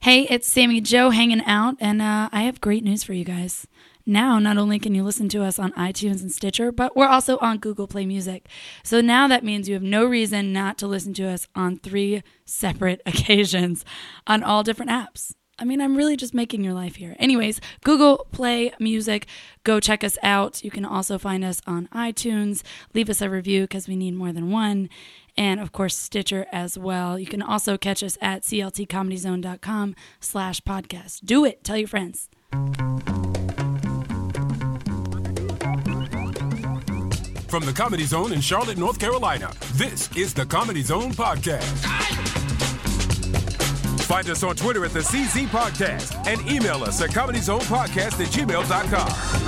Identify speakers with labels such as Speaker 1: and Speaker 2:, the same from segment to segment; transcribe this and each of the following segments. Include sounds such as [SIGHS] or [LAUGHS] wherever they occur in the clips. Speaker 1: Hey, it's Sammy Joe hanging out, and uh, I have great news for you guys. Now, not only can you listen to us on iTunes and Stitcher, but we're also on Google Play Music. So now that means you have no reason not to listen to us on three separate [LAUGHS] occasions on all different apps. I mean, I'm really just making your life here. Anyways, Google Play Music, go check us out. You can also find us on iTunes. Leave us a review because we need more than one. And of course, Stitcher as well. You can also catch us at cltcomedyzone.com slash podcast. Do it. Tell your friends.
Speaker 2: From the Comedy Zone in Charlotte, North Carolina, this is the Comedy Zone Podcast. Find us on Twitter at the CZ Podcast and email us at comedyzonepodcast at gmail.com.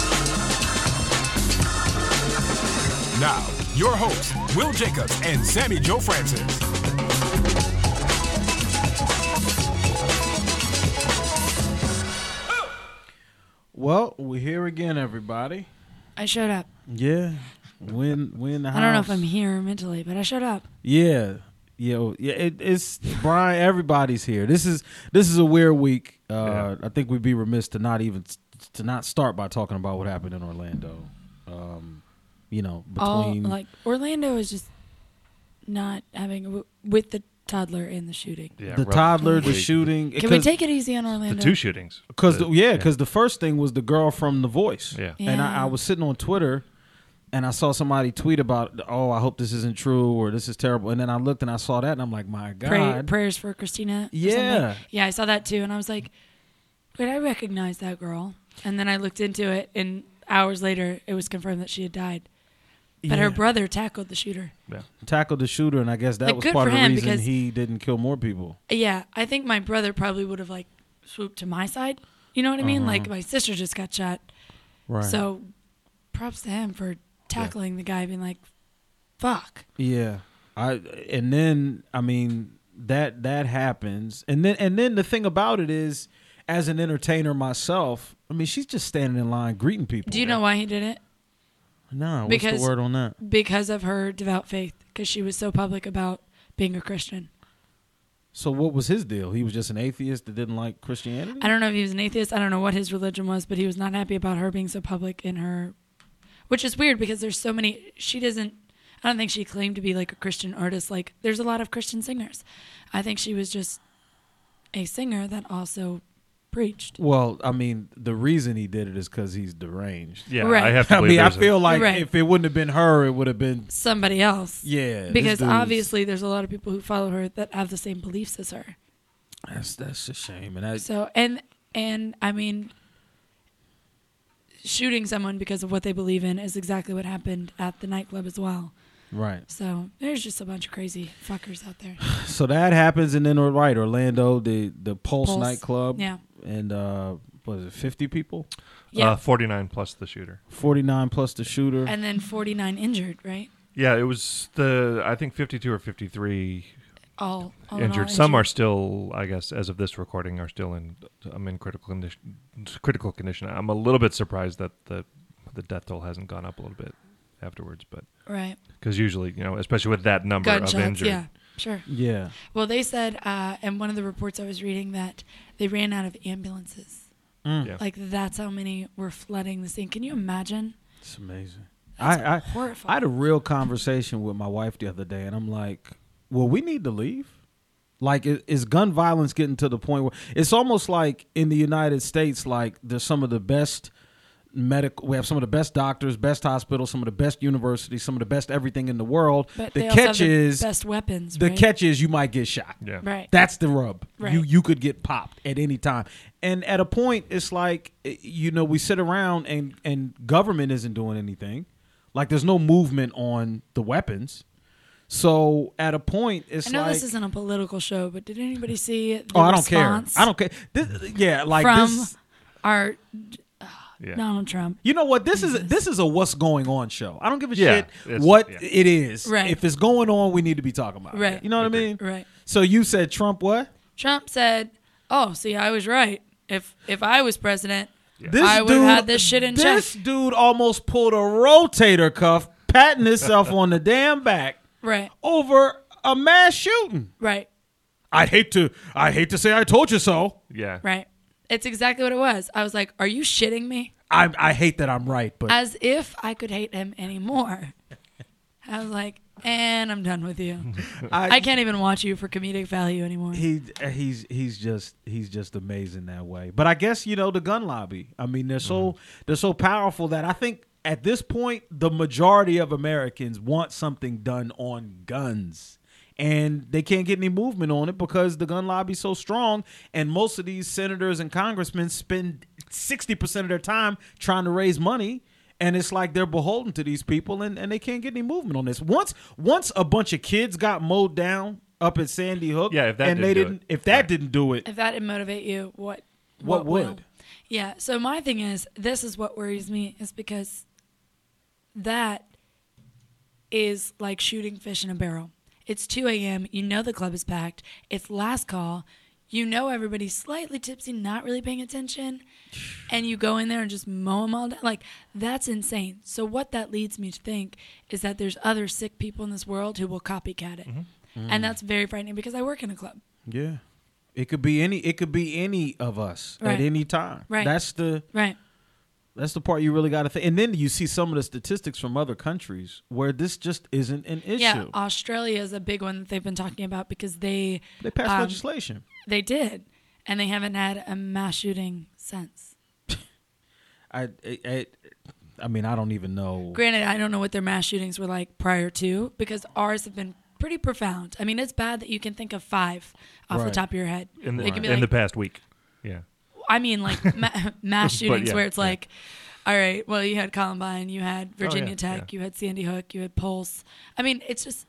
Speaker 2: Now, your hosts, Will Jacobs and Sammy Joe Francis.
Speaker 3: Well, we're here again, everybody.
Speaker 1: I showed up.
Speaker 3: Yeah, win win the house.
Speaker 1: I don't know if I'm here mentally, but I showed up.
Speaker 3: Yeah, yo, yeah. It, it's Brian. Everybody's here. This is this is a weird week. Uh, I think we'd be remiss to not even to not start by talking about what happened in Orlando. Um, you know,
Speaker 1: All
Speaker 3: between
Speaker 1: like Orlando is just not having w- with the toddler and the shooting.
Speaker 4: Yeah,
Speaker 3: the
Speaker 4: rough
Speaker 3: toddler, the
Speaker 4: week.
Speaker 3: shooting.
Speaker 1: Can we take it easy on
Speaker 4: the
Speaker 1: Orlando?
Speaker 4: two shootings?
Speaker 3: Because
Speaker 4: The-
Speaker 3: yeah, because the first thing was the girl from The Voice.
Speaker 4: Yeah.
Speaker 3: And I,
Speaker 1: Yeah.
Speaker 3: I was sitting on Twitter, and I saw somebody tweet about, oh, I hope this isn't true or this is terrible. And then I looked and I saw that, and I'm like, my God.
Speaker 1: Pray, prayers for Christina. or
Speaker 3: Yeah.
Speaker 1: something. Yeah, I saw that too, and I was like, "Wait, I recognize that girl." And then I looked into it, and hours later, it was confirmed that she had died. But
Speaker 3: Yeah.
Speaker 1: her brother tackled the shooter.
Speaker 4: Yeah.
Speaker 3: tackled the shooter, and I guess that
Speaker 1: Like,
Speaker 3: was
Speaker 1: good
Speaker 3: part
Speaker 1: for
Speaker 3: of the
Speaker 1: him,
Speaker 3: reason
Speaker 1: because-
Speaker 3: he didn't kill more people.
Speaker 1: Yeah, I think my brother probably would have like swooped to my side. You know what I mean? Like my sister just got shot,
Speaker 3: Uh-huh. Right.
Speaker 1: so props to him for tackling the guy, being like, "Fuck."
Speaker 3: Yeah. I and then I mean that that happens. And then and then the thing about it is as an entertainer myself, I mean she's just standing in line greeting people.
Speaker 1: Do you know why he did it?
Speaker 3: Nah, what's
Speaker 1: because-
Speaker 3: the word on that?
Speaker 1: Because of her devout faith, because she was so public about being a Christian.
Speaker 3: So what was his deal? He was just an atheist that didn't like Christianity?
Speaker 1: I don't know if he was an atheist. I don't know what his religion was, but he was not happy about her being so public in her, which is weird because there's so many. She doesn't. I don't think she claimed to be like a Christian artist. Like there's a lot of Christian singers. I think she was just a singer that also preached.
Speaker 3: Well, I mean, the reason he did it is because he's deranged.
Speaker 4: Yeah,
Speaker 1: Right.
Speaker 4: I have
Speaker 3: [LAUGHS]
Speaker 4: to
Speaker 3: I
Speaker 4: believe.
Speaker 3: mean, I
Speaker 4: there's a-
Speaker 3: feel like
Speaker 1: Right.
Speaker 3: if it wouldn't have been her, it would have been
Speaker 1: Somebody else.
Speaker 3: yeah. this
Speaker 1: Because
Speaker 3: dude's-
Speaker 1: obviously there's a lot of people who follow her that have the same beliefs as her.
Speaker 3: that's that's a shame. And that's
Speaker 1: So and and I mean shooting someone because of what they believe in is exactly what happened at the nightclub as well.
Speaker 3: right.
Speaker 1: So there's just a bunch of crazy fuckers out there.
Speaker 3: So that happens, and then or- right Orlando, the the Pulse,
Speaker 1: Pulse,
Speaker 3: nightclub,
Speaker 1: yeah.
Speaker 3: and uh, what is it fifty people,
Speaker 1: Yeah.
Speaker 4: uh, 49 plus the shooter.
Speaker 3: forty nine plus the shooter.
Speaker 1: and then 49 injured, right?
Speaker 4: Yeah, it was the I think 52 or 53
Speaker 1: All, all in all
Speaker 4: injured. Some are still, I guess, as of this recording, are still in. I'm in critical condition. Critical condition. I'm a little bit surprised that the the death toll hasn't gone up a little bit afterwards, but
Speaker 1: right.
Speaker 4: because usually, you know, especially with that number of
Speaker 1: Gunshots.
Speaker 4: injured,
Speaker 1: Yeah. Sure.
Speaker 3: yeah,
Speaker 1: Well, they said uh, in one of the reports I was reading that they ran out of ambulances.
Speaker 3: Mm.
Speaker 4: Yeah.
Speaker 1: Like that's how many were flooding the scene. Can you imagine?
Speaker 3: it's amazing.
Speaker 1: That's
Speaker 3: I I,
Speaker 1: horrifying.
Speaker 3: I had a real conversation with my wife the other day, and I'm like, "Well, we need to leave." Like, i- is gun violence getting to the point where it's almost like in the United States, like there's some of the best medical, we have some of the best doctors, best hospitals, some of the best universities, some of the best everything in the world.
Speaker 1: But
Speaker 3: the
Speaker 1: they
Speaker 3: catch
Speaker 1: also have the
Speaker 3: is
Speaker 1: best weapons.
Speaker 3: the
Speaker 1: right?
Speaker 3: catch is you might get shot.
Speaker 4: Yeah.
Speaker 1: Right.
Speaker 3: That's the rub. You
Speaker 1: Right.
Speaker 3: you could get popped at any time. And at a point it's like eh, you know we sit around and and government isn't doing anything. Like there's no movement on the weapons. So at a point it's
Speaker 1: I know
Speaker 3: like
Speaker 1: this isn't a political show, but did anybody see the
Speaker 3: oh I don't care.
Speaker 1: response
Speaker 3: I don't care. This, yeah, like
Speaker 1: from
Speaker 3: this
Speaker 1: our
Speaker 4: Yeah.
Speaker 1: Donald Trump?
Speaker 3: You know what? This is this is a what's going on show. I don't give a
Speaker 4: Yeah,
Speaker 3: shit
Speaker 4: it's-
Speaker 3: what
Speaker 4: yeah.
Speaker 3: it is.
Speaker 1: Right.
Speaker 3: If it's going on, we need to be talking about. it.
Speaker 1: Right.
Speaker 3: You know what I
Speaker 4: Agreed.
Speaker 3: mean?
Speaker 1: Right.
Speaker 3: So you said Trump what?
Speaker 1: Trump said, "Oh, see, I was right. If if I was president,
Speaker 3: This
Speaker 1: I would
Speaker 3: dude,
Speaker 1: have had this shit in
Speaker 3: This
Speaker 1: check."
Speaker 3: dude almost pulled a rotator cuff, patting himself on the damn back
Speaker 1: Right,
Speaker 3: over a mass shooting.
Speaker 1: right.
Speaker 3: I hate to I hate to say I told you so.
Speaker 4: Yeah.
Speaker 1: Right. It's exactly what it was. I was like, are you shitting me?
Speaker 3: I I hate that I'm right, but
Speaker 1: As if I could hate him anymore. I was like, and I'm done with you. I can't even watch you for comedic value anymore.
Speaker 3: he uh, he's he's just he's just amazing that way. But I guess you know the gun lobby. I mean, they're so they're so powerful that I think at this point the majority of Americans want something done on guns. And they can't get any movement on it because the gun lobby's so strong, and most of these senators and congressmen spend sixty percent of their time trying to raise money, and it's like they're beholden to these people, and, and they can't get any movement on this. Once once a bunch of kids got mowed down up at Sandy Hook,
Speaker 4: Yeah, if that
Speaker 3: and
Speaker 4: didn't
Speaker 3: they
Speaker 4: do it.
Speaker 3: didn't, if that didn't do it,
Speaker 1: If that didn't motivate you, what
Speaker 3: What
Speaker 1: will?
Speaker 3: would?
Speaker 1: Yeah. So my thing is, this is what worries me is because that is like shooting fish in a barrel. It's 2 a.m. You know the club is packed. It's last call. You know everybody's slightly tipsy, not really paying attention, and you go in there and just mow them all down. Like that's insane. So what that leads me to think is that there's other sick people in this world who will copycat
Speaker 3: Mm-hmm.
Speaker 1: it,
Speaker 3: Mm.
Speaker 1: and that's very frightening because I work in a club.
Speaker 3: yeah, it could be any, it could be any of us
Speaker 1: Right.
Speaker 3: at any time.
Speaker 1: Right.
Speaker 3: That's the
Speaker 1: Right.
Speaker 3: that's the part you really got to think. And then you see some of the statistics from other countries where this just isn't an issue.
Speaker 1: Yeah, uh, Australia is a big one that they've been talking about because they
Speaker 3: they passed
Speaker 1: um,
Speaker 3: legislation.
Speaker 1: They did, and they haven't had a mass shooting since.
Speaker 3: I, I, I, I mean, I don't even know.
Speaker 1: Granted, I don't know what their mass shootings were like prior to because ours have been pretty profound. I mean, it's bad that you can think of five off
Speaker 3: Right.
Speaker 1: the top of your head.
Speaker 4: In the,
Speaker 1: It could be
Speaker 4: in the
Speaker 1: like-
Speaker 4: past week. Yeah.
Speaker 1: I mean, like ma- [LAUGHS]
Speaker 4: [LAUGHS]
Speaker 1: mass shootings
Speaker 4: yeah,
Speaker 1: where it's
Speaker 4: yeah. Oh,
Speaker 1: like, all right, well, you had Columbine, you had Virginia Tech,
Speaker 4: yeah.
Speaker 1: you had Sandy Hook, you had Pulse. I mean, it's just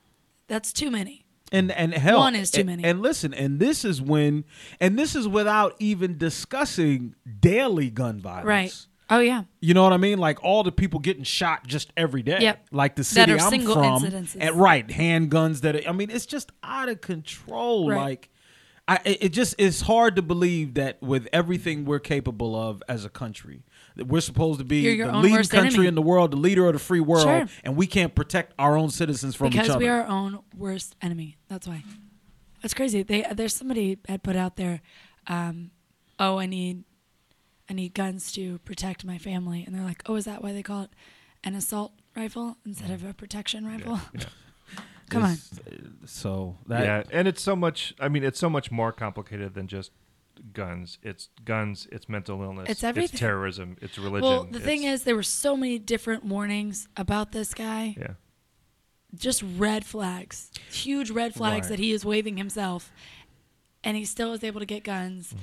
Speaker 1: that's too many.
Speaker 3: and and hell
Speaker 1: One is too
Speaker 3: and-
Speaker 1: many.
Speaker 3: And, listen, and this is when, and this is without even discussing daily gun violence.
Speaker 1: Right. Oh yeah.
Speaker 3: You know what I mean? Like all the people getting shot just every day.
Speaker 1: Yep.
Speaker 3: Like the
Speaker 1: That
Speaker 3: city
Speaker 1: are
Speaker 3: I'm
Speaker 1: single
Speaker 3: from.
Speaker 1: incidences.
Speaker 3: And right, handguns that are, I mean, it's just out of control.
Speaker 1: Right.
Speaker 3: Like I it it just it's hard to believe that with everything we're capable of as a country, that we're supposed to be
Speaker 1: You're your
Speaker 3: the
Speaker 1: own
Speaker 3: leading
Speaker 1: worst
Speaker 3: country
Speaker 1: enemy.
Speaker 3: in the world, the leader of the free world,
Speaker 1: Sure.
Speaker 3: and we can't protect our own citizens from each
Speaker 1: because
Speaker 3: other.
Speaker 1: we are our own worst enemy. That's why. That's crazy. They there's somebody had put out there, um, oh, I need, I need guns to protect my family, and they're like, oh, is that why they call it an assault rifle instead of a protection rifle? [LAUGHS] Come on.
Speaker 3: on. uh, So that
Speaker 4: yeah, and it's so much. I mean, it's so much more complicated than just guns. It's guns. It's mental illness.
Speaker 1: It's everything.
Speaker 4: It's terrorism. It's religion.
Speaker 1: Well, the thing
Speaker 4: it's-
Speaker 1: is, there were so many different warnings about this guy.
Speaker 4: yeah,
Speaker 1: Just red flags, huge red flags
Speaker 3: Right.
Speaker 1: that he is waving himself, and he still was able to get guns,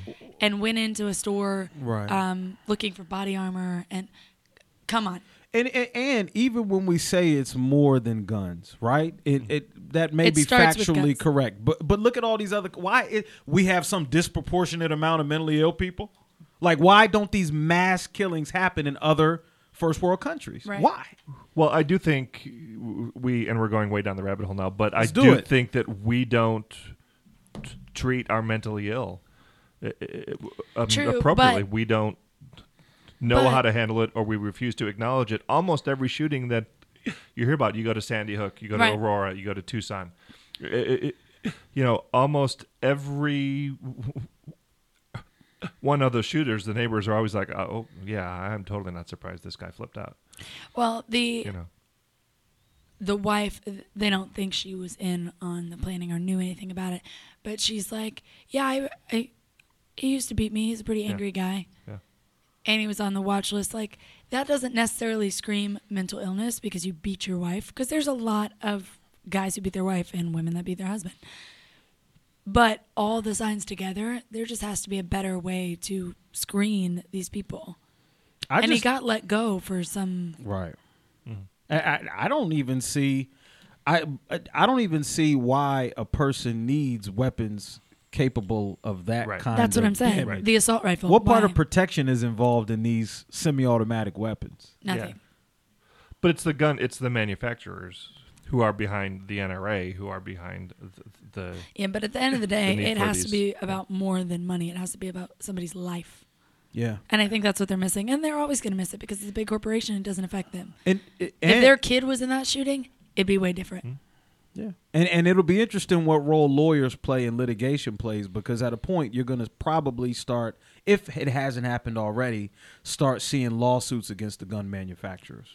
Speaker 1: and went into a store
Speaker 3: Mm. Right.
Speaker 1: um, looking for body armor. And come on,
Speaker 3: And, and and even when we say it's more than guns, right? It
Speaker 4: Mm-hmm.
Speaker 3: it that may
Speaker 1: It
Speaker 3: be
Speaker 1: starts with
Speaker 3: factually
Speaker 1: guns.
Speaker 3: correct, but but look at all these other why it, we have some disproportionate amount of mentally ill people. Like why don't these mass killings happen in other first world countries?
Speaker 1: Right.
Speaker 3: Why?
Speaker 4: Well, I do think w- we and we're going way down the rabbit hole now, but
Speaker 3: Let's
Speaker 4: I
Speaker 3: do
Speaker 4: do
Speaker 3: it.
Speaker 4: think that we don't t- treat our mentally ill uh, uh, um,
Speaker 1: True,
Speaker 4: appropriately.
Speaker 1: but-
Speaker 4: we don't know
Speaker 1: but-
Speaker 4: how to handle it, or we refuse to acknowledge it. Almost every shooting that you hear about, you go to Sandy Hook, you go
Speaker 1: Right.
Speaker 4: to Aurora, you go to Tucson. I- I- I- you know, almost every one of the shooters, the neighbors are always like, "Oh, yeah, I'm totally not surprised this guy flipped out."
Speaker 1: Well, the
Speaker 4: You know.
Speaker 1: the wife, they don't think she was in on the planning or knew anything about it, but she's like, "Yeah, I, I he used to beat me. He's a pretty angry guy,
Speaker 4: Yeah.
Speaker 1: and he was on the watch list." Like that doesn't necessarily scream mental illness because you beat your wife. Because there's a lot of guys who beat their wife and women that beat their husband. But all the signs together, there just has to be a better way to screen these people.
Speaker 3: I
Speaker 1: and he got let go for some
Speaker 3: Right.
Speaker 4: Mm-hmm.
Speaker 3: I, I I don't even see, I I- I don't even see why a person needs weapons capable of that
Speaker 4: Right.
Speaker 3: kind.
Speaker 1: That's what
Speaker 3: of
Speaker 1: I'm saying.
Speaker 3: damage.
Speaker 1: The assault rifle.
Speaker 3: What part
Speaker 1: Why?
Speaker 3: of protection is involved in these semi-automatic weapons?
Speaker 1: nothing?
Speaker 4: Yeah. But it's the gun. It's the manufacturers who are behind the NRA, who are behind the. the
Speaker 1: Yeah, but at the end of the day,
Speaker 4: need
Speaker 1: it
Speaker 4: for
Speaker 1: has to be
Speaker 4: these-
Speaker 1: about more than money. It has to be about somebody's life.
Speaker 3: Yeah.
Speaker 1: And I think that's what they're missing. And they're always going to miss it because it's a big corporation and it doesn't affect them.
Speaker 3: And, and
Speaker 1: if their kid was in that shooting, it'd be way different.
Speaker 3: Yeah. And and it'll be interesting what role lawyers play in litigation plays because at a point you're going to probably start if it hasn't happened already, start seeing lawsuits against the gun manufacturers.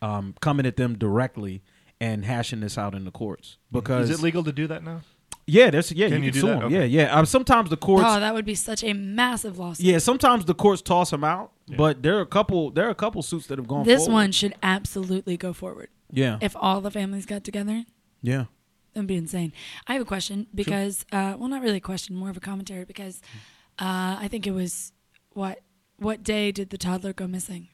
Speaker 3: Um, coming at them directly and hashing this out in the courts because
Speaker 4: Is it legal to do that now?
Speaker 3: yeah, there's yeah,
Speaker 4: Can
Speaker 3: you,
Speaker 4: you
Speaker 3: can
Speaker 4: do
Speaker 3: sue
Speaker 4: that?
Speaker 3: them.
Speaker 4: Okay.
Speaker 3: Yeah, yeah. Um, sometimes the courts
Speaker 1: Oh, that would be such a massive lawsuit.
Speaker 3: yeah, sometimes the courts toss them out, but there are a couple there are a couple suits that have gone
Speaker 1: This
Speaker 3: forward.
Speaker 1: one should absolutely go forward.
Speaker 3: Yeah.
Speaker 1: If all the families got together,
Speaker 3: yeah.
Speaker 1: that'd be insane. I have a question because, uh, well, not really a question, more of a commentary because uh, I think it was what what day did the toddler go missing?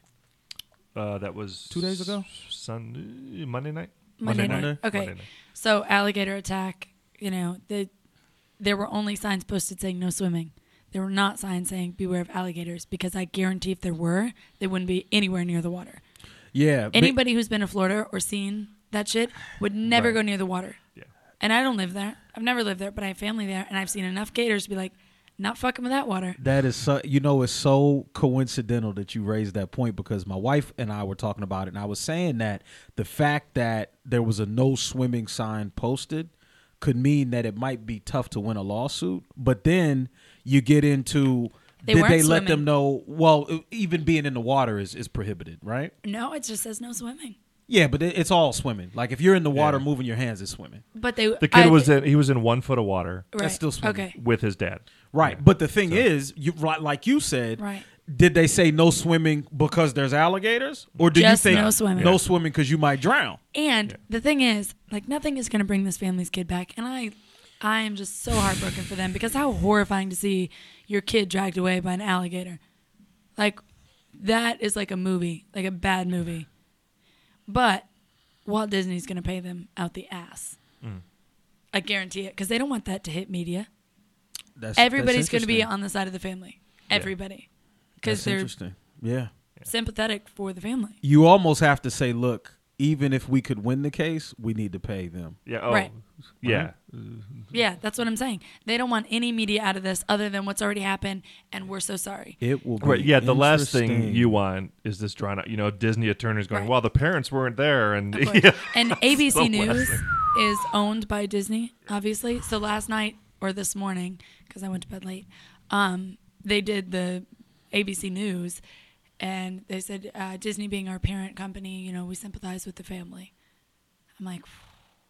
Speaker 4: Uh, that was
Speaker 3: Two days ago?
Speaker 4: Sunday, Monday night.
Speaker 1: Monday,
Speaker 3: night.
Speaker 1: night. Okay,
Speaker 4: Monday night.
Speaker 1: so alligator attack. You know, the there were only signs posted saying no swimming. There were not signs saying beware of alligators because I guarantee if there were, they wouldn't be anywhere near the water.
Speaker 3: Yeah. but-
Speaker 1: Anybody who's been to Florida or seen that shit would never
Speaker 4: Right.
Speaker 1: go near the water.
Speaker 4: Yeah.
Speaker 1: And I don't live there. I've never lived there, but I have family there, and I've seen enough gators to be like, not fucking with that water.
Speaker 3: That is so you know it's so coincidental that you raised that point because my wife and I were talking about it and I was saying that the fact that there was a no swimming sign posted could mean that it might be tough to win a lawsuit but then you get into
Speaker 1: They
Speaker 3: did
Speaker 1: weren't
Speaker 3: they let
Speaker 1: swimming.
Speaker 3: them know well e, even being in the water is is prohibited right
Speaker 1: No, it just says no swimming.
Speaker 3: yeah but it- it's all swimming like if you're in the water moving your hands it's swimming
Speaker 1: But they
Speaker 4: The kid
Speaker 1: I-
Speaker 4: was in. He was in one foot of water
Speaker 1: right.
Speaker 3: still swimming.
Speaker 1: Okay,
Speaker 4: with his dad.
Speaker 3: Right. But the thing is, you right, like you said,
Speaker 1: Right.
Speaker 3: did they say no swimming because there's alligators? Or do
Speaker 1: Just
Speaker 3: you think
Speaker 1: no swimming.
Speaker 3: No
Speaker 1: Yeah.
Speaker 3: swimming because you might drown.
Speaker 1: and the thing is, like nothing is gonna bring this family's kid back, and I, I am just so heartbroken for them because how horrifying to see your kid dragged away by an alligator, like that is like a movie, like a bad movie, but Walt Disney's gonna pay them out the ass.
Speaker 3: Mm.
Speaker 1: I guarantee it because they don't want that to hit media.
Speaker 3: That's
Speaker 1: Everybody's going to be on the side of the family. Everybody, because
Speaker 3: That's
Speaker 1: they're
Speaker 3: interesting. Yeah.
Speaker 1: sympathetic for the family.
Speaker 3: You almost have to say, look, even if we could win the case, we need to pay them.
Speaker 4: Yeah. Oh.
Speaker 1: Right.
Speaker 4: Yeah.
Speaker 1: Yeah, that's what I'm saying. They don't want any media out of this other than what's already happened, and we're so
Speaker 3: [LAUGHS]
Speaker 1: sorry.
Speaker 3: It will be
Speaker 4: Right. Yeah. The last thing
Speaker 3: interesting.
Speaker 4: you want is this drawn out. You know, Disney attorneys going,
Speaker 1: Right.
Speaker 4: "Well, the parents weren't there," and
Speaker 1: Of course.
Speaker 4: [LAUGHS] yeah.
Speaker 1: And
Speaker 4: the
Speaker 1: ABC
Speaker 4: last
Speaker 1: News
Speaker 4: thing.
Speaker 1: is owned by Disney, obviously. So last night or this morning, because I went to bed late, um, they did the ABC News, and they said uh, Disney being our parent company, you know, we sympathize with the family. I'm like,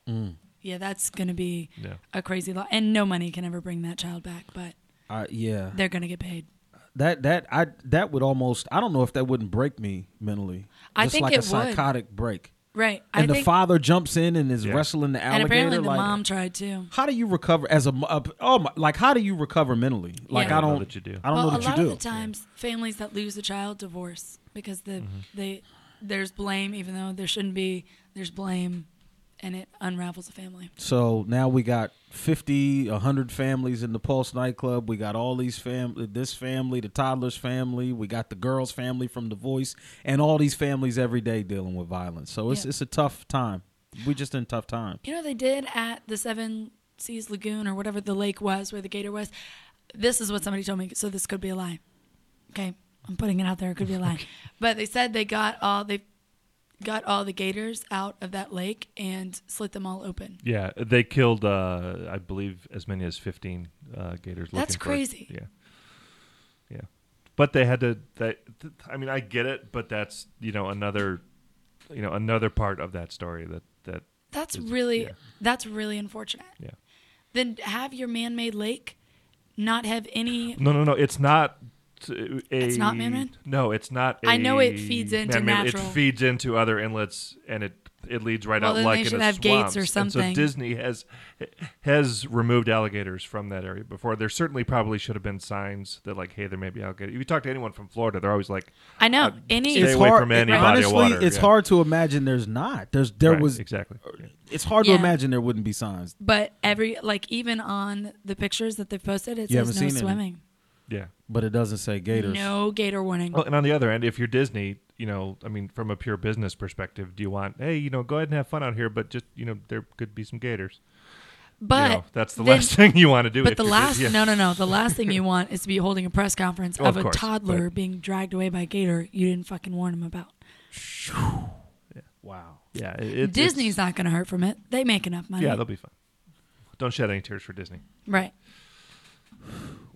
Speaker 3: Mm.
Speaker 1: yeah, that's going to be
Speaker 4: Yeah.
Speaker 1: a crazy law, and no money can ever bring that child back, but
Speaker 3: Uh, yeah.
Speaker 1: they're going to get paid.
Speaker 3: That that I that would almost I don't know if that wouldn't break me mentally.
Speaker 1: I
Speaker 3: Just
Speaker 1: think
Speaker 3: like
Speaker 1: it
Speaker 3: a
Speaker 1: would.
Speaker 3: psychotic break.
Speaker 1: Right.
Speaker 3: And
Speaker 1: I
Speaker 3: the
Speaker 1: think,
Speaker 3: father jumps in and is
Speaker 4: Yeah.
Speaker 3: wrestling the alligator.
Speaker 1: and apparently the
Speaker 3: like,
Speaker 1: mom tried too.
Speaker 3: how do you recover as a mo- uh, oh my, like how do you recover mentally like
Speaker 1: Yeah.
Speaker 3: i
Speaker 1: I
Speaker 4: don't know
Speaker 3: don't
Speaker 4: that you do.
Speaker 3: i don't
Speaker 1: well,
Speaker 3: know
Speaker 1: a
Speaker 3: that
Speaker 1: lot
Speaker 3: you do
Speaker 1: of the times, families that lose a child divorce because the
Speaker 3: Mm-hmm.
Speaker 1: they there's blame, even though there shouldn't be. There's blame, and it unravels a family.
Speaker 3: so now we got 50 100 families in the pulse nightclub we got all these fam this family the toddler's family we got the girl's family from the voice and all these families every day dealing with violence so it's
Speaker 1: Yeah.
Speaker 3: it's a tough time we just in tough time
Speaker 1: You know they did at the Seven Seas Lagoon or whatever the lake was where the gator was. This is what somebody told me, so this could be a lie. Okay, I'm putting it out there. It could be a
Speaker 3: [LAUGHS]
Speaker 1: lie, but they said they got all they got all the gators out of that lake and slit them all open.
Speaker 4: Yeah, they killed, uh, I believe, as many as fifteen uh, gators.
Speaker 1: That's
Speaker 4: looking for-
Speaker 1: crazy.
Speaker 4: yeah, yeah. But they had to. They, th- I mean, I get it, but that's you know another, you know another part of that story that that
Speaker 1: That's
Speaker 4: is-
Speaker 1: really
Speaker 4: yeah.
Speaker 1: that's really unfortunate.
Speaker 4: yeah.
Speaker 1: Then have your man-made lake, not have any.
Speaker 4: No, no, no. It's not. t- A,
Speaker 1: It's not man-made?
Speaker 4: No, it's not. I
Speaker 1: I know it feeds into natural-
Speaker 4: It feeds into other inlets, and it it leads right
Speaker 1: Well,
Speaker 4: out
Speaker 1: then
Speaker 4: like
Speaker 1: they
Speaker 4: in
Speaker 1: should
Speaker 4: the
Speaker 1: have gates or
Speaker 4: swamps. And
Speaker 1: something.
Speaker 4: so Disney has has removed alligators from that area before. There certainly probably should have been signs that like, hey, there may be alligators. If you talk to anyone from Florida, they're always like,
Speaker 1: I know
Speaker 4: Uh,
Speaker 1: any.
Speaker 4: stay away from any
Speaker 1: right.
Speaker 4: body of
Speaker 3: honestly
Speaker 4: water.
Speaker 3: it's
Speaker 4: yeah.
Speaker 3: hard to imagine there's not there's there
Speaker 4: Right,
Speaker 3: was
Speaker 4: exactly. Yeah.
Speaker 3: it's hard
Speaker 1: Yeah.
Speaker 3: to imagine there wouldn't be signs
Speaker 1: But every like even on the pictures that they've posted, it
Speaker 3: You
Speaker 1: says
Speaker 3: haven't
Speaker 1: no
Speaker 3: seen any.
Speaker 1: swimming,
Speaker 4: yeah.
Speaker 3: but it doesn't say gators
Speaker 1: no gator warning.
Speaker 4: Well, and on the other end, if you're Disney, you know, I mean, from a pure business perspective, do you want, hey, you know, go ahead and have fun out here, but just, you know, there could be some gators. You
Speaker 1: but
Speaker 4: know, that's the
Speaker 1: then-
Speaker 4: last [LAUGHS] thing you want to do.
Speaker 1: But
Speaker 4: if
Speaker 1: the
Speaker 4: you're
Speaker 1: last
Speaker 4: Disney. [LAUGHS] Yeah.
Speaker 1: no no no the last thing you
Speaker 4: [LAUGHS]
Speaker 1: want is to be holding a press conference
Speaker 4: Well,
Speaker 1: of,
Speaker 4: of course,
Speaker 1: a toddler
Speaker 4: but-
Speaker 1: being dragged away by a gator you didn't fucking warn him about.
Speaker 3: Wow.
Speaker 4: Yeah, it, it-
Speaker 1: Disney's
Speaker 4: it's-
Speaker 1: not going to hurt from it. They make enough money.
Speaker 4: Yeah, they'll be fine. Don't shed any tears for Disney.
Speaker 1: right.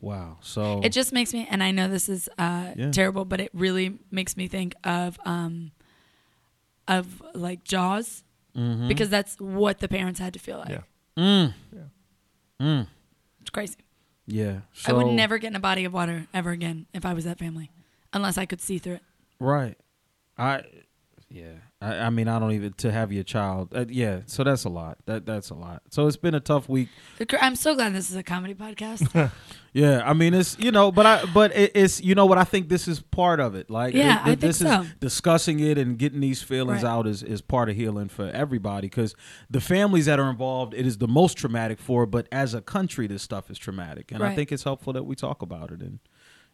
Speaker 3: Wow. So
Speaker 1: It just makes me, and I know this is uh,
Speaker 3: Yeah.
Speaker 1: terrible, but it really makes me think of um, of like Jaws, because that's what the parents had to feel like.
Speaker 4: Mm-hmm. Yeah.
Speaker 1: It's crazy.
Speaker 3: yeah.
Speaker 1: I would
Speaker 3: So-
Speaker 1: never get in a body of water ever again if I was that family, unless I could see through it.
Speaker 3: Right. I yeah. I, I mean I don't even to have your child. Uh, yeah. So that's a lot. That that's a lot. So it's been a tough week.
Speaker 1: The cr- I'm so glad this is a comedy
Speaker 4: [LAUGHS]
Speaker 1: podcast.
Speaker 3: Yeah. I mean it's you know, but I but it, it's you know what I think this is part of it. Like
Speaker 1: Yeah,
Speaker 3: it-
Speaker 1: I think
Speaker 3: this
Speaker 1: so.
Speaker 3: is discussing it and getting these feelings
Speaker 1: Right.
Speaker 3: out is is part of healing for everybody cuz the families that are involved it is the most traumatic for but as a country this stuff is traumatic and I
Speaker 1: Right.
Speaker 3: think it's helpful that we talk about it and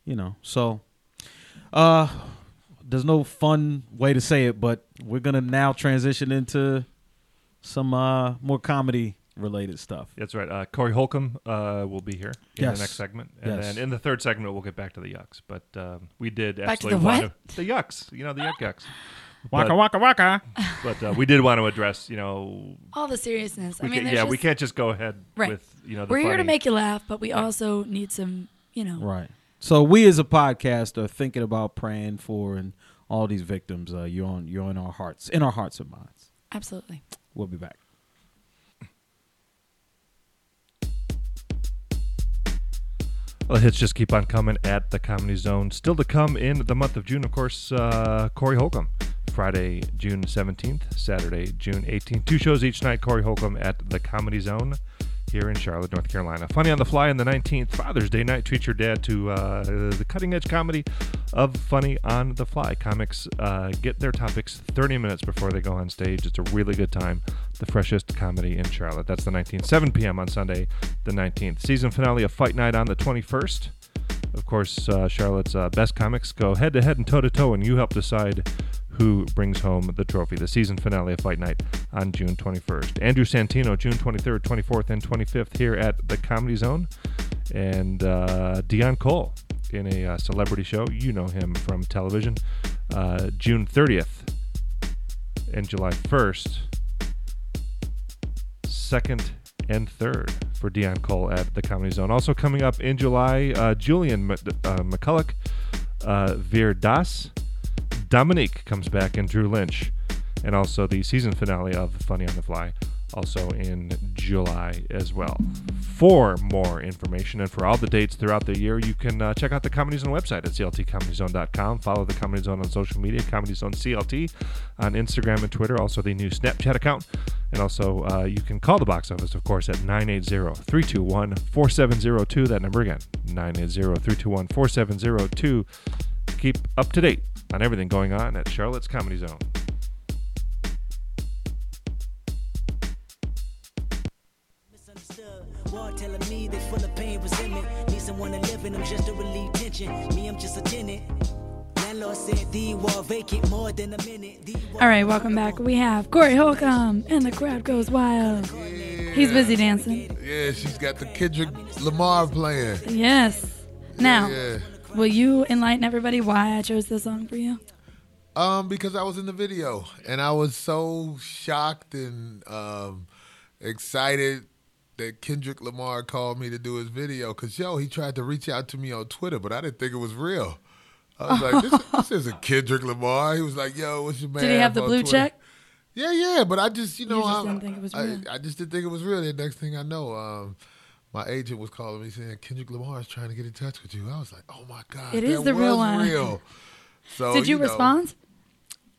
Speaker 3: you know. So uh there's no fun way to say it, but we're gonna now transition into some uh, more comedy related stuff.
Speaker 4: That's right. Uh, Corey Holcomb uh, will be here in
Speaker 3: Yes.
Speaker 4: the next segment, and
Speaker 3: Yes.
Speaker 4: then in the third segment we'll get back to the yucks. But um, we did
Speaker 1: Back to
Speaker 4: actually
Speaker 1: the
Speaker 4: want
Speaker 1: what?
Speaker 4: to [LAUGHS] the yucks. You know the yuck yucks.
Speaker 3: Waka
Speaker 4: But-
Speaker 3: waka waka.
Speaker 4: But uh, we did want to address. You know,
Speaker 1: All the seriousness. [LAUGHS]
Speaker 4: we
Speaker 1: I mean,
Speaker 4: can,
Speaker 1: there's
Speaker 4: yeah, we
Speaker 1: just-
Speaker 4: can't just go ahead
Speaker 1: Right.
Speaker 4: with you know. The
Speaker 1: We're here to
Speaker 4: funny-
Speaker 1: make you laugh, but we also need some, you know.
Speaker 3: Right. So we as a podcast are thinking about praying for and all these victims. Uh, you're on you're in our hearts, in our hearts and minds.
Speaker 1: Absolutely.
Speaker 3: We'll be back.
Speaker 4: Well, hits just keep on coming at the Comedy Zone. Still to come in the month of June, of course, uh, Corey Holcomb. Friday, June 17th, Saturday, June 18th. Two shows each night. Corey Holcomb at the Comedy Zone here in Charlotte, North Carolina. Funny on the Fly on the 19th, Father's Day night. Treat your dad to uh, the cutting edge comedy of Funny on the Fly. Comics uh, get their topics 30 minutes before they go on stage. It's a really good time. The freshest comedy in Charlotte. That's the 19th, 7 p.m. on Sunday, the 19th. Season finale of Fight Night on the 21st. Of course, uh, Charlotte's uh, best comics go head to head and toe to toe, and you help decide who brings home the trophy. The season finale of Fight Night on June 21st. Andrew Santino, June 23rd, 24th, and 25th here at the Comedy Zone. And uh, Dion Cole in a uh, celebrity show. You know him from television. Uh, June 30th and July 1st. Second and third for Dion Cole at the Comedy Zone. Also coming up in July, uh, Julian M- uh, McCulloch, uh, Veer Das, Dominique comes back, and Drew Lynch, and also the season finale of Funny on the Fly, also in July as well. For more information and for all the dates throughout the year, you can uh, check out the Comedy Zone website at cltcomedyzone.com. Follow the Comedy Zone on social media, Comedy Zone CLT on Instagram and Twitter, also the new Snapchat account. And also, uh, you can call the box office, of course, at 980 321 4702. That number again, 980 321 4702 to keep up to date on everything going on at Charlotte's
Speaker 1: [LAUGHS]
Speaker 4: Comedy Zone.
Speaker 5: Misunderstood. War telling me they full of pain, resentment. Need someone to live in, I'm just to relieve tension. Me, I'm just a tenant. Landlord said the wall vacant more than a minute. The wall
Speaker 1: All right, welcome back. We have Corey Holcomb, and the crowd goes wild. He's busy dancing.
Speaker 6: Yeah, she's got the Kendrick Lamar playing.
Speaker 1: Yes. Now,
Speaker 6: Yeah.
Speaker 1: will you enlighten everybody why I chose this song for you?
Speaker 6: Um, because I was in the video and I was so shocked and um excited that Kendrick Lamar called me to do his video. Cause yo, he tried to reach out to me on Twitter, but I didn't think it was real. I was like,
Speaker 1: [LAUGHS]
Speaker 6: this, this isn't Kendrick Lamar. He was like, yo, what's your man?
Speaker 1: Did he have the
Speaker 6: on
Speaker 1: blue
Speaker 6: Twitter?
Speaker 1: check?
Speaker 6: Yeah, yeah, but I just you know
Speaker 1: just
Speaker 6: I,
Speaker 1: didn't think it was
Speaker 6: I,
Speaker 1: real.
Speaker 6: I just didn't think it was real. The next thing I know, um, my agent was calling me saying Kendrick Lamar is trying to get in touch with you. I was like, oh my god,
Speaker 1: It
Speaker 6: that
Speaker 1: is the
Speaker 6: was
Speaker 1: real one.
Speaker 6: real. So
Speaker 1: Did you,
Speaker 6: Oh, know,
Speaker 1: respond?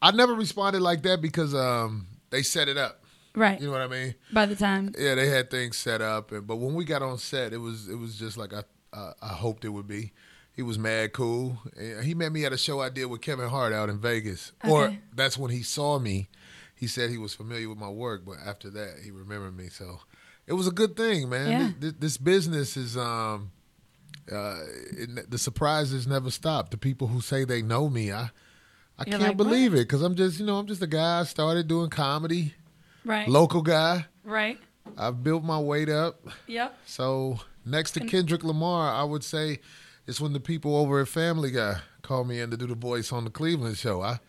Speaker 6: I never responded like that because um, they set it up.
Speaker 1: Right.
Speaker 6: You know what I mean?
Speaker 1: By the time.
Speaker 6: Yeah, they had things set up, and but when we got on set, it was it was just like I I, I hoped it would be. He was mad cool. And He met me at a show I did with Kevin Hart out in Vegas, or
Speaker 1: Okay.
Speaker 6: that's when he saw me. He said he was familiar with my work, but after that, he remembered me. So it was a good thing, man.
Speaker 1: Yeah.
Speaker 6: This, this business is um, uh, it, the surprises never stop. The people who say they know me, I. I
Speaker 1: You're
Speaker 6: can't
Speaker 1: like, what?
Speaker 6: believe it because I'm just, you know, I'm just a guy. I started doing comedy,
Speaker 1: Right.
Speaker 6: local guy.
Speaker 1: Right.
Speaker 6: I've built my weight up.
Speaker 1: Yep.
Speaker 6: So next to Kendrick Lamar, I would say it's when the people over at Family Guy called me in to do the voice on the Cleveland show. I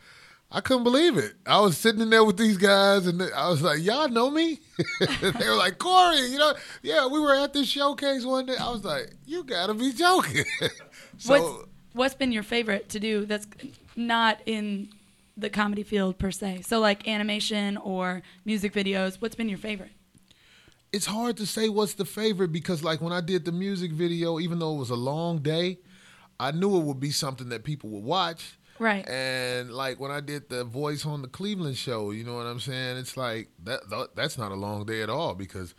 Speaker 6: I couldn't believe it. I was sitting in there with these guys, and I was like, "Y'all know me?" [LAUGHS] they were like, "Corey, you know, yeah, we were at this showcase one day." I was like, "You gotta be joking!" [LAUGHS] so
Speaker 1: what's what's been your favorite to do that's not in the comedy field per se? So like animation or music videos. What's been your favorite?
Speaker 6: it's hard to say what's the favorite because, like, when I did the music video, even though it was a long day, I knew it would be something that people would watch.
Speaker 1: Right.
Speaker 6: And like when I did the voice on the Cleveland show, you know what I'm saying? It's like that, that that's not a long day at all because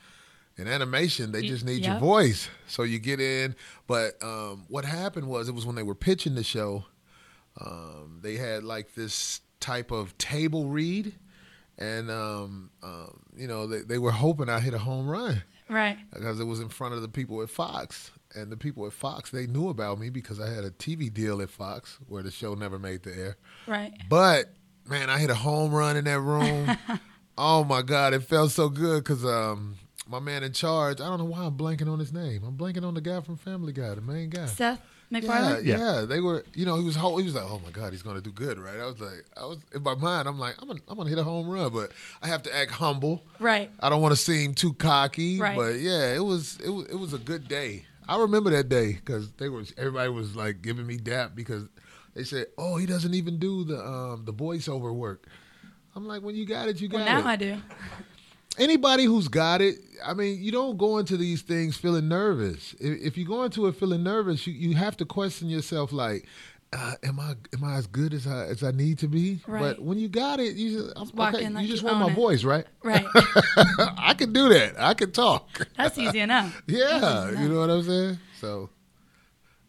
Speaker 6: in animation they just need your
Speaker 1: yep.
Speaker 6: voice. So you get in, but um, what happened was it was when they were pitching the show, um, they had like this type of table read and um, um, you know they, they were hoping I hit a home run
Speaker 1: Right.
Speaker 6: because it was in front of the people at Fox. And the people at Fox, they knew about me because I had a TV deal at Fox where the show never made the air.
Speaker 1: Right.
Speaker 6: But man, I hit a home run in that room. oh my God, it felt so good because um, my man in charge, I don't know why I'm blanking on his name. I'm blanking on the guy from Family Guy, the main guy.
Speaker 1: Seth
Speaker 6: Yeah,
Speaker 1: MacFarlane.
Speaker 6: yeah,
Speaker 4: Yeah.
Speaker 6: They were, you know, he was whole, he was like, oh my god, he's gonna do good, right? I was like, I was in my mind, I'm like, I'm gonna, I'm gonna hit a home run, but I have to act humble.
Speaker 1: Right.
Speaker 6: I don't want to seem too cocky,
Speaker 1: Right.
Speaker 6: but yeah, it was, it was, it was a good day. I remember that day because they were, everybody was like giving me dap because they said, oh, he doesn't even do the, um, the voiceover work. I'm like, when you got it, you got
Speaker 1: Well,
Speaker 6: it
Speaker 1: now I do.
Speaker 6: anybody who's got it, I mean, you don't go into these things feeling nervous. If, if you go into it feeling nervous, you, you have to question yourself like, uh, am I am I as good as I as I need to be?
Speaker 1: Right.
Speaker 6: But when you got it, you just, I'm,
Speaker 1: walk
Speaker 6: okay,
Speaker 1: in like
Speaker 6: you just
Speaker 1: you
Speaker 6: want
Speaker 1: own
Speaker 6: my
Speaker 1: it.
Speaker 6: voice, right? [LAUGHS]
Speaker 1: Right.
Speaker 6: I can do that. I can talk. [LAUGHS]
Speaker 1: That's easy enough.
Speaker 6: yeah, you know what I'm saying. So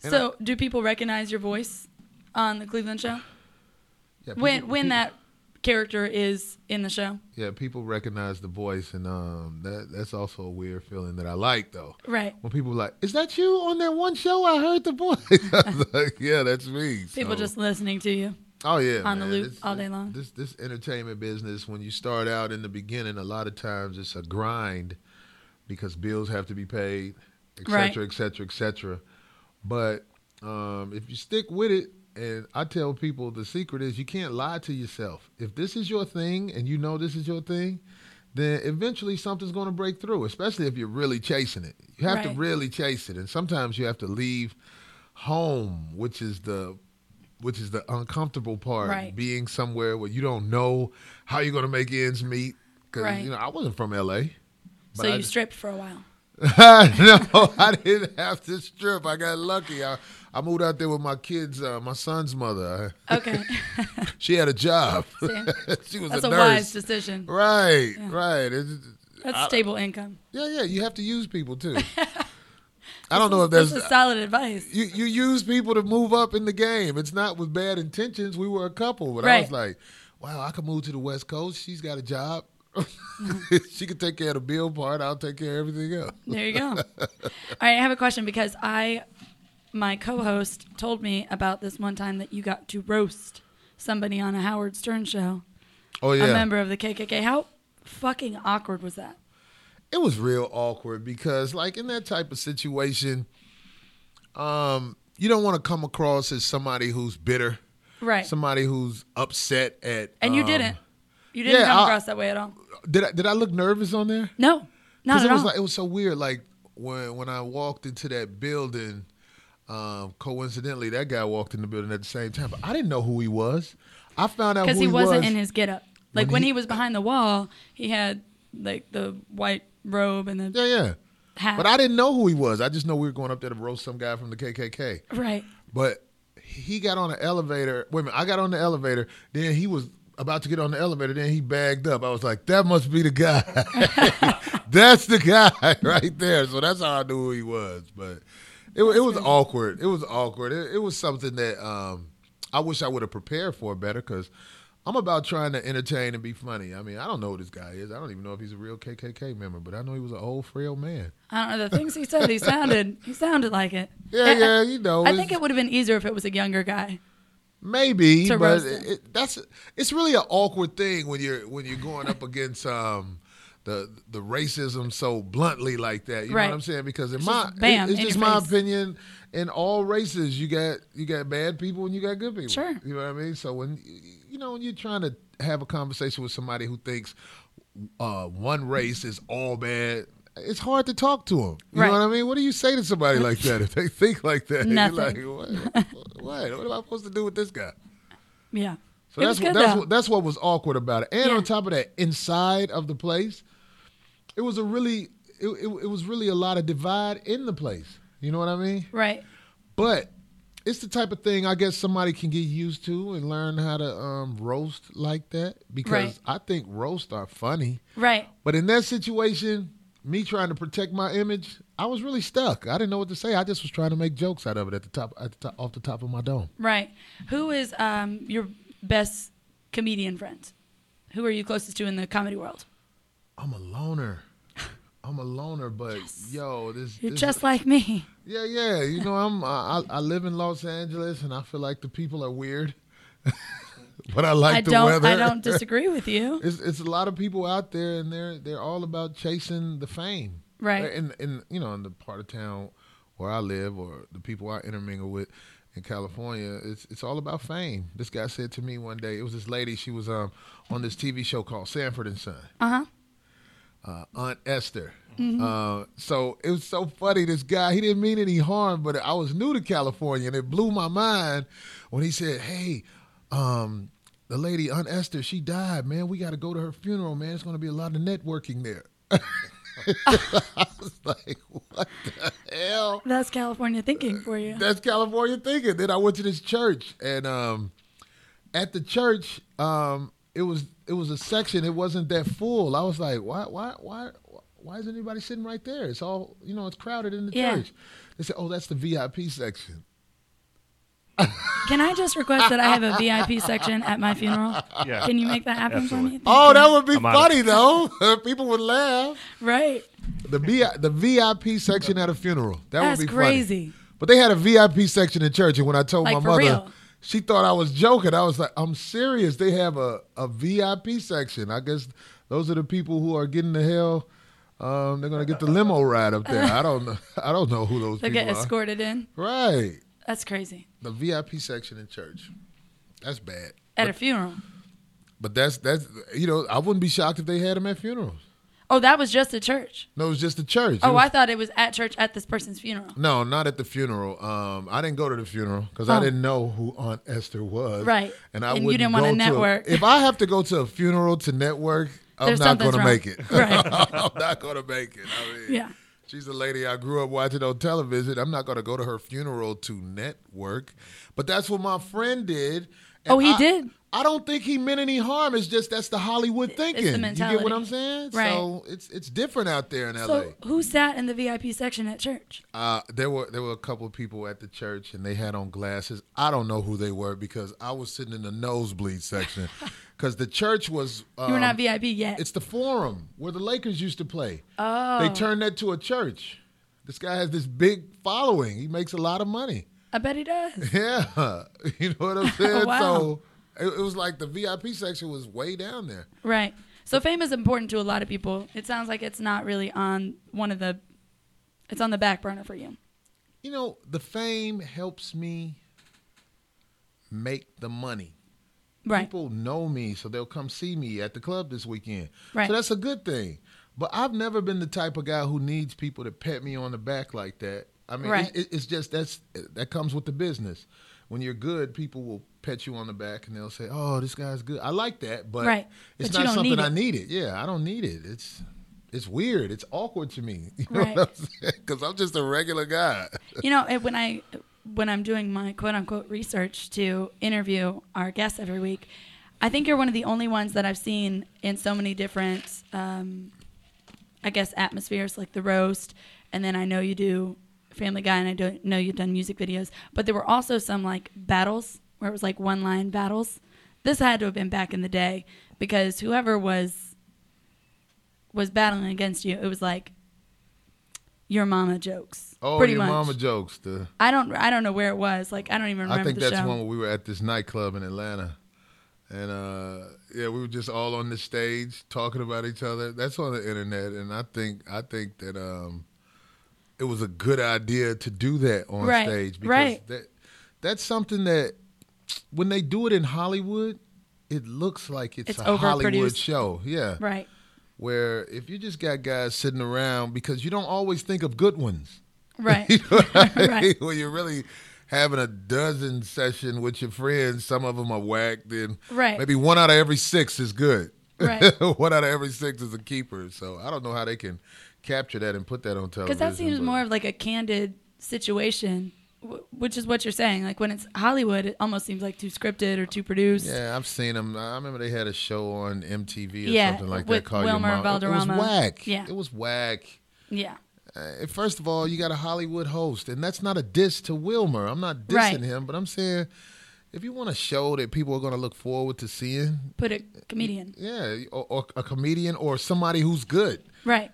Speaker 1: So do people recognize your voice on the Cleveland show?
Speaker 6: yeah,
Speaker 1: When
Speaker 6: people-
Speaker 1: when
Speaker 6: people-
Speaker 1: that character is in the show?
Speaker 6: yeah, people recognize the voice, and um, that that's also a weird feeling that I like though.
Speaker 1: Right.
Speaker 6: When people were like, is that you on that one show? I heard the voice. [LAUGHS] I was like, yeah, that's me.
Speaker 1: People
Speaker 6: So-
Speaker 1: just listening to you.
Speaker 6: Oh yeah,
Speaker 1: on the
Speaker 6: man.
Speaker 1: loop all day long.
Speaker 6: This this entertainment business, when you start out in the beginning, a lot of times it's a grind because bills have to be paid, et
Speaker 1: Right.
Speaker 6: cetera, et cetera, et cetera. But um, if you stick with it, and I tell people the secret is you can't lie to yourself. If this is your thing and you know this is your thing, then eventually something's going to break through, especially if you're really chasing it. You have to
Speaker 1: Right.
Speaker 6: really chase it, and sometimes you have to leave home, which is the which is the uncomfortable part,
Speaker 1: Right.
Speaker 6: being somewhere where you don't know how you're going to make ends meet. Because
Speaker 1: Right.
Speaker 6: you know, I wasn't from LA.
Speaker 1: So
Speaker 6: But I
Speaker 1: you
Speaker 6: just-
Speaker 1: stripped for a while.
Speaker 6: [LAUGHS] no, I didn't have to strip. I got lucky. I, I moved out there with my kids, uh, my son's mother.
Speaker 1: Okay.
Speaker 6: She had a job.
Speaker 1: See?
Speaker 6: [LAUGHS] she was
Speaker 1: That's
Speaker 6: a,
Speaker 1: a
Speaker 6: nurse.
Speaker 1: wise decision.
Speaker 6: Right, right. It's-
Speaker 1: That's stable income.
Speaker 6: yeah, yeah. You have to use people too.
Speaker 1: [LAUGHS]
Speaker 6: I don't know if that's
Speaker 1: This is solid advice.
Speaker 6: you, you use people to move up in the game. It's not with bad intentions. We were a couple, but I was
Speaker 1: Right.
Speaker 6: like, wow, I could move to the West Coast. She's got a job.
Speaker 1: Mm-hmm.
Speaker 6: [LAUGHS] she could take care of the bill part. I'll take care of everything else.
Speaker 1: There you
Speaker 6: [LAUGHS]
Speaker 1: go. All right, I have a question because I, my co-host, told me about this one time that you got to roast somebody on a Howard Stern show,
Speaker 6: Oh yeah,
Speaker 1: a member of the KKK. How fucking awkward was that?
Speaker 6: it was real awkward because like in that type of situation, um, you don't want to come across as somebody who's bitter,
Speaker 1: Right.
Speaker 6: somebody who's upset at.
Speaker 1: and you
Speaker 6: um,
Speaker 1: didn't. You didn't
Speaker 6: yeah,
Speaker 1: come
Speaker 6: I-
Speaker 1: across that way at all.
Speaker 6: Did I, did I look nervous on there?
Speaker 1: No, not
Speaker 6: Because
Speaker 1: at
Speaker 6: it
Speaker 1: all.
Speaker 6: was like it was so weird. Like when when I walked into that building, um, coincidentally, that guy walked in the building at the same time. But I didn't know who he was. I found out who
Speaker 1: because
Speaker 6: he,
Speaker 1: he wasn't
Speaker 6: was.
Speaker 1: in his getup. Like
Speaker 6: when
Speaker 1: when,
Speaker 6: he-
Speaker 1: he, was behind the wall, he had like the white robe and the
Speaker 6: yeah, yeah.
Speaker 1: hat.
Speaker 6: But I didn't know who he was. I just know we were going up there to roast some guy from the KKK.
Speaker 1: right.
Speaker 6: But he got on the elevator. Wait a minute, I got on the elevator. Then he was about to get on the elevator. Then he bagged up. I was like, that must be the guy. [LAUGHS] that's the guy [LAUGHS] right there. So that's how I knew who he was. But it, wa- it was awkward. It was awkward. It, it was something that um, I wish I would have prepared for better because. I'm about trying to entertain and be funny. I mean, I don't know who this guy is. I don't even know if he's a real KKK member, but I know he was an old, frail man.
Speaker 1: I don't know the things he said. He sounded he sounded like it.
Speaker 6: Yeah, yeah, you know.
Speaker 1: I
Speaker 6: it's-
Speaker 1: think it would have been easier if it was a younger guy.
Speaker 6: Maybe,
Speaker 1: To
Speaker 6: but
Speaker 1: roast
Speaker 6: it,
Speaker 1: it.
Speaker 6: it- that's it's really an awkward thing when you're when you're going up against um the the racism so bluntly like that. You know
Speaker 1: Right.
Speaker 6: what I'm saying? Because in
Speaker 1: It's
Speaker 6: my
Speaker 1: just bam,
Speaker 6: it- it's
Speaker 1: in
Speaker 6: just
Speaker 1: your
Speaker 6: my
Speaker 1: face.
Speaker 6: opinion. in all races, you got you got bad people and you got good people.
Speaker 1: Sure.
Speaker 6: you know what I mean. So when you know when you're trying to have a conversation with somebody who thinks uh, one race is all bad. It's hard to talk to them. You
Speaker 1: Right.
Speaker 6: know what I mean? What do you say to somebody like that if they think like that?
Speaker 1: Nothing.
Speaker 6: You're like, what? what? What am I supposed to do with this guy?
Speaker 1: Yeah.
Speaker 6: So
Speaker 1: it was
Speaker 6: that's
Speaker 1: good
Speaker 6: what, that's
Speaker 1: though.
Speaker 6: what that's what was awkward about it. And
Speaker 1: Yeah.
Speaker 6: on top of that, inside of the place, it was a really it, it, it was really a lot of divide in the place. You know what I mean?
Speaker 1: right.
Speaker 6: But it's the type of thing I guess somebody can get used to and learn how to um, roast like that because
Speaker 1: Right.
Speaker 6: I think roasts are funny.
Speaker 1: Right.
Speaker 6: But in that situation, me trying to protect my image, I was really stuck. I didn't know what to say. I just was trying to make jokes out of it at the top, at the top off the top of my dome.
Speaker 1: Right. Who is um, your best comedian friend? Who are you closest to in the comedy world?
Speaker 6: I'm a loner. I'm a loner, but yo, this
Speaker 1: You're
Speaker 6: this-
Speaker 1: just like me.
Speaker 6: yeah, yeah. You know, I'm I, I I live in Los Angeles, and I feel like the people are weird, [LAUGHS] but I like
Speaker 1: I
Speaker 6: the
Speaker 1: don't.
Speaker 6: weather.
Speaker 1: I don't disagree
Speaker 6: [LAUGHS]
Speaker 1: with you.
Speaker 6: It's it's a lot of people out there, and they're they're all about chasing the fame,
Speaker 1: Right.
Speaker 6: And and you know, in the part of town where I live, or the people I intermingle with in California, it's it's all about fame. This guy said to me one day, it was this lady. She was um on this TV show called Sanford and Son.
Speaker 1: Uh huh.
Speaker 6: uh, Aunt Esther. Uh, so it was so funny. This guy, he didn't mean any harm, but I was new to California, and it blew my mind when he said, "Hey, um, the lady Aunt Esther, she died, man. We got to go to her funeral, man. It's going to be a lot of networking there." [LAUGHS] I was like, "What the hell?"
Speaker 1: That's California thinking for you.
Speaker 6: That's California thinking. Then I went to this church, and um, at the church, um, it was it was a section. It wasn't that full. I was like, why why why why is anybody sitting right there? It's all you know. It's crowded in the
Speaker 1: Yeah.
Speaker 6: church. They said, oh, that's the VIP
Speaker 1: [LAUGHS]
Speaker 6: section.
Speaker 1: Can I just request that I
Speaker 6: [LAUGHS]
Speaker 1: have a VIP section at my funeral?
Speaker 4: Yeah.
Speaker 1: Can you make that happen
Speaker 4: Absolutely.
Speaker 1: for me? Thank
Speaker 6: Oh,
Speaker 1: you.
Speaker 6: that would be
Speaker 4: I'm outta
Speaker 6: funny though. [LAUGHS] People would laugh.
Speaker 1: right.
Speaker 6: The B the VIP section at a funeral. That
Speaker 1: That's
Speaker 6: would be
Speaker 1: crazy.
Speaker 6: Funny. But they had a VIP section in church, and when I told
Speaker 1: Like,
Speaker 6: my
Speaker 1: for
Speaker 6: mother,
Speaker 1: real?
Speaker 6: she thought I was joking. I was like, "I'm serious. They have a, a VIP section. I guess those are the people who are getting the hell. Um, they're gonna get the limo ride up there. I don't know. I don't know who
Speaker 1: [LAUGHS]
Speaker 6: those
Speaker 1: They'll
Speaker 6: people
Speaker 1: get
Speaker 6: are.
Speaker 1: escorted in.
Speaker 6: Right,
Speaker 1: That's crazy.
Speaker 6: the VIP section in church. That's bad.
Speaker 1: At a funeral.
Speaker 6: But that's that's you know I wouldn't be shocked if they had them at funerals.
Speaker 1: Oh, that was just a church.
Speaker 6: No, it was just the church. It
Speaker 1: Oh,
Speaker 6: was-
Speaker 1: I thought it was at church at this person's funeral.
Speaker 6: No, not at the funeral. Um, I didn't go to the funeral because I
Speaker 1: Oh.
Speaker 6: didn't know who Aunt Esther was.
Speaker 1: Right.
Speaker 6: and I
Speaker 1: And you didn't
Speaker 6: wouldn't
Speaker 1: wanna
Speaker 6: go to a-
Speaker 1: network.
Speaker 6: if I have to go to a funeral to network, I'm
Speaker 1: There's
Speaker 6: not
Speaker 1: something's
Speaker 6: going to
Speaker 1: wrong.
Speaker 6: make
Speaker 1: [LAUGHS]
Speaker 6: it.
Speaker 1: Right.
Speaker 6: [LAUGHS] I'm not going to make it. I mean,
Speaker 1: Yeah.
Speaker 6: She's a lady I grew up watching on television. I'm not going to go to her funeral to network, but that's what my friend did. and
Speaker 1: Oh, he
Speaker 6: I-
Speaker 1: did?
Speaker 6: I don't think he meant any harm. It's just that's the Hollywood thinking. You get
Speaker 1: mentality.
Speaker 6: what I'm saying?
Speaker 1: Right.
Speaker 6: So it's it's different out there in LA.
Speaker 1: So who sat in the VIP section at church?
Speaker 6: Uh, there were there were a couple of people at the church, and they had on glasses. I don't know who they were because I was sitting in the
Speaker 1: [LAUGHS]
Speaker 6: nosebleed section, because the church was. Um,
Speaker 1: You were not VIP yet.
Speaker 6: It's the Forum where the Lakers used to play. Oh. They turned that to a church. This guy has this big following. He makes a lot of money. [LAUGHS]
Speaker 1: I bet he does.
Speaker 6: Yeah, [LAUGHS] you know what I'm
Speaker 1: [LAUGHS]
Speaker 6: saying.
Speaker 1: Wow.
Speaker 6: So it, it was like the VIP section was way down there.
Speaker 1: right. So fame is important to a lot of people. It sounds like it's not really on one of the it's on the back burner for you.
Speaker 6: you know, the fame helps me make the money.
Speaker 1: Right.
Speaker 6: People know me, so they'll come see me at the club this weekend.
Speaker 1: Right.
Speaker 6: So that's a good thing. But I've never been the type of guy who needs people to pat me on the back like that. I mean,
Speaker 1: Right.
Speaker 6: it's, it's just that's that comes with the business. When you're good, people will pat you on the back and they'll say, "Oh, this guy's good." I like that, but
Speaker 1: Right.
Speaker 6: it's
Speaker 1: But you
Speaker 6: not
Speaker 1: don't
Speaker 6: something
Speaker 1: need
Speaker 6: I
Speaker 1: it.
Speaker 6: need it. Yeah, I don't need it. It's it's weird. It's awkward to me. [LAUGHS] You know
Speaker 1: Right.
Speaker 6: what I'm saying? Cuz I'm just a regular guy. [LAUGHS]
Speaker 1: you know and when i when i'm doing my quote unquote research to interview our guests every week i think you're one of the only ones that i've seen in so many different um, i guess atmospheres like the roast and then i know you do family guy and i don't know you've done music videos but there were also some like battles where it was like one line battles this had to have been back in the day because whoever was was battling against you it was like your mama jokes
Speaker 6: Oh,
Speaker 1: pretty
Speaker 6: your
Speaker 1: much
Speaker 6: mama jokes. The
Speaker 1: I don't I don't know where it was. Like I don't even remember
Speaker 6: I think
Speaker 1: the
Speaker 6: that's
Speaker 1: show.
Speaker 6: one where we were at this nightclub in Atlanta, and uh, yeah, we were just all on the stage talking about each other. That's on the internet, and I think I think that um, it was a good idea to do that on
Speaker 1: Right,
Speaker 6: stage because
Speaker 1: right.
Speaker 6: that that's something that when they do it in Hollywood, it looks like it's,
Speaker 1: It's
Speaker 6: a Hollywood
Speaker 1: overproduced.
Speaker 6: show. Yeah. [LAUGHS]
Speaker 1: Right.
Speaker 6: Where if you just got guys sitting around because you don't always think of good ones.
Speaker 1: Right. [LAUGHS]
Speaker 6: right. [LAUGHS] When you're really having a dozen session with your friends, some of them are whacked and
Speaker 1: Right.
Speaker 6: maybe one out of every six is good.
Speaker 1: Right.
Speaker 6: [LAUGHS] one out of every six is a keeper. So I don't know how they can capture that and put that on television.
Speaker 1: Because that seems
Speaker 6: but-
Speaker 1: more of like a candid situation, wh- which is what you're saying. Like when it's Hollywood, it almost seems like too scripted or too produced.
Speaker 6: Yeah, I've seen them. I remember they had a show on MTV or
Speaker 1: Yeah,
Speaker 6: something like
Speaker 1: with
Speaker 6: that called
Speaker 1: Wilmer
Speaker 6: Your Mom. It
Speaker 1: Valderrama.
Speaker 6: was whack.
Speaker 1: Yeah.
Speaker 6: It was whack.
Speaker 1: Yeah.
Speaker 6: Uh, First of all, you got a Hollywood host, and that's not a diss to Wilmer. I'm not dissing
Speaker 1: Right.
Speaker 6: him, but I'm saying if you want a show that people are going to look forward to seeing,
Speaker 1: Put a
Speaker 6: [LAUGHS]
Speaker 1: comedian.
Speaker 6: yeah, or, or a comedian or somebody who's good. [LAUGHS]
Speaker 1: Right.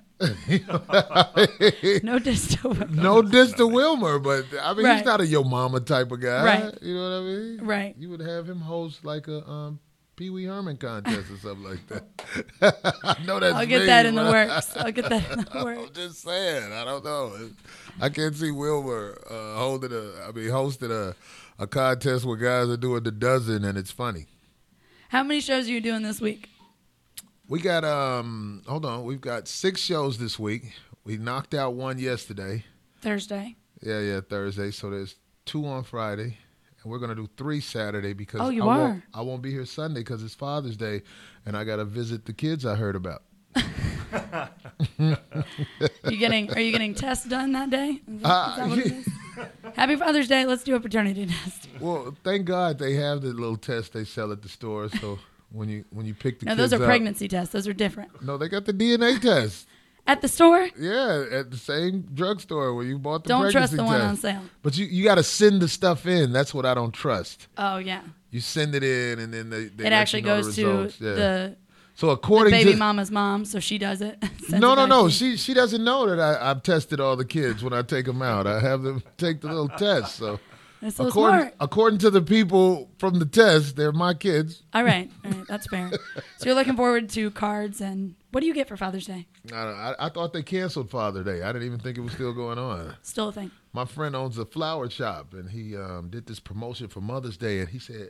Speaker 1: no diss to Wilmer.
Speaker 6: No diss to Wilmer, but I mean, he's
Speaker 1: Right.
Speaker 6: not a yo mama type of guy.
Speaker 1: Right.
Speaker 6: You know what I mean?
Speaker 1: Right.
Speaker 6: You would have him host like a um, Pee Wee Herman contest or something like that. [LAUGHS] I know that's
Speaker 1: I'll get
Speaker 6: me,
Speaker 1: that in the
Speaker 6: but-
Speaker 1: works. I'll get that in the
Speaker 6: [LAUGHS] I'm
Speaker 1: works.
Speaker 6: just saying. I don't know. I can't see Wilmer uh, holding a. I mean, hosting a a contest where guys are doing the dozen, and it's funny.
Speaker 1: How many shows are you doing this week?
Speaker 6: We got um. Hold on. We've got six shows this week. We knocked out one yesterday.
Speaker 1: Thursday.
Speaker 6: Yeah, yeah. Thursday. So there's two on Friday. And we're gonna do three Saturday because
Speaker 1: Oh, you
Speaker 6: I Won't,
Speaker 1: are.
Speaker 6: I won't be here Sunday because it's Father's Day, and I gotta visit the kids I heard about.
Speaker 1: You getting? Are you getting tests done that day? Is that- is
Speaker 6: Uh,
Speaker 1: that what it is? Happy Father's Day. Let's do a paternity test.
Speaker 6: [LAUGHS] Well, thank God they have the little test they sell at the store. So when you when you pick the
Speaker 1: No,
Speaker 6: kids
Speaker 1: those are
Speaker 6: up-
Speaker 1: pregnancy tests. Those are different.
Speaker 6: No, they got the DNA test.
Speaker 1: At the store,
Speaker 6: Yeah, at the same drugstore where you bought the
Speaker 1: don't trust
Speaker 6: pregnancy
Speaker 1: the one
Speaker 6: test.
Speaker 1: on sale.
Speaker 6: But you, you got to send the stuff in. That's what I don't trust.
Speaker 1: Oh yeah,
Speaker 6: You send it in, and then they,
Speaker 1: it
Speaker 6: they let
Speaker 1: actually
Speaker 6: you know
Speaker 1: goes
Speaker 6: the
Speaker 1: to
Speaker 6: results. Yeah.
Speaker 1: the
Speaker 6: so according
Speaker 1: baby
Speaker 6: to
Speaker 1: mama's mom, so she does it. [LAUGHS] Sends it
Speaker 6: no no
Speaker 1: back
Speaker 6: no
Speaker 1: to you.
Speaker 6: she she doesn't know that I, I've tested all the kids when I take them out. I have them [LAUGHS] take the little test. So
Speaker 1: That's so
Speaker 6: according
Speaker 1: smart.
Speaker 6: according to the people from the test, they're my kids.
Speaker 1: All right, all right, that's
Speaker 6: [LAUGHS]
Speaker 1: fair. so you're looking forward to cards and what do you get for Father's Day?
Speaker 6: I, I, I thought they canceled Father Day. I didn't even think it was still going on.
Speaker 1: Still a thing.
Speaker 6: my friend owns a flower shop and he um, did this promotion for Mother's Day and he said,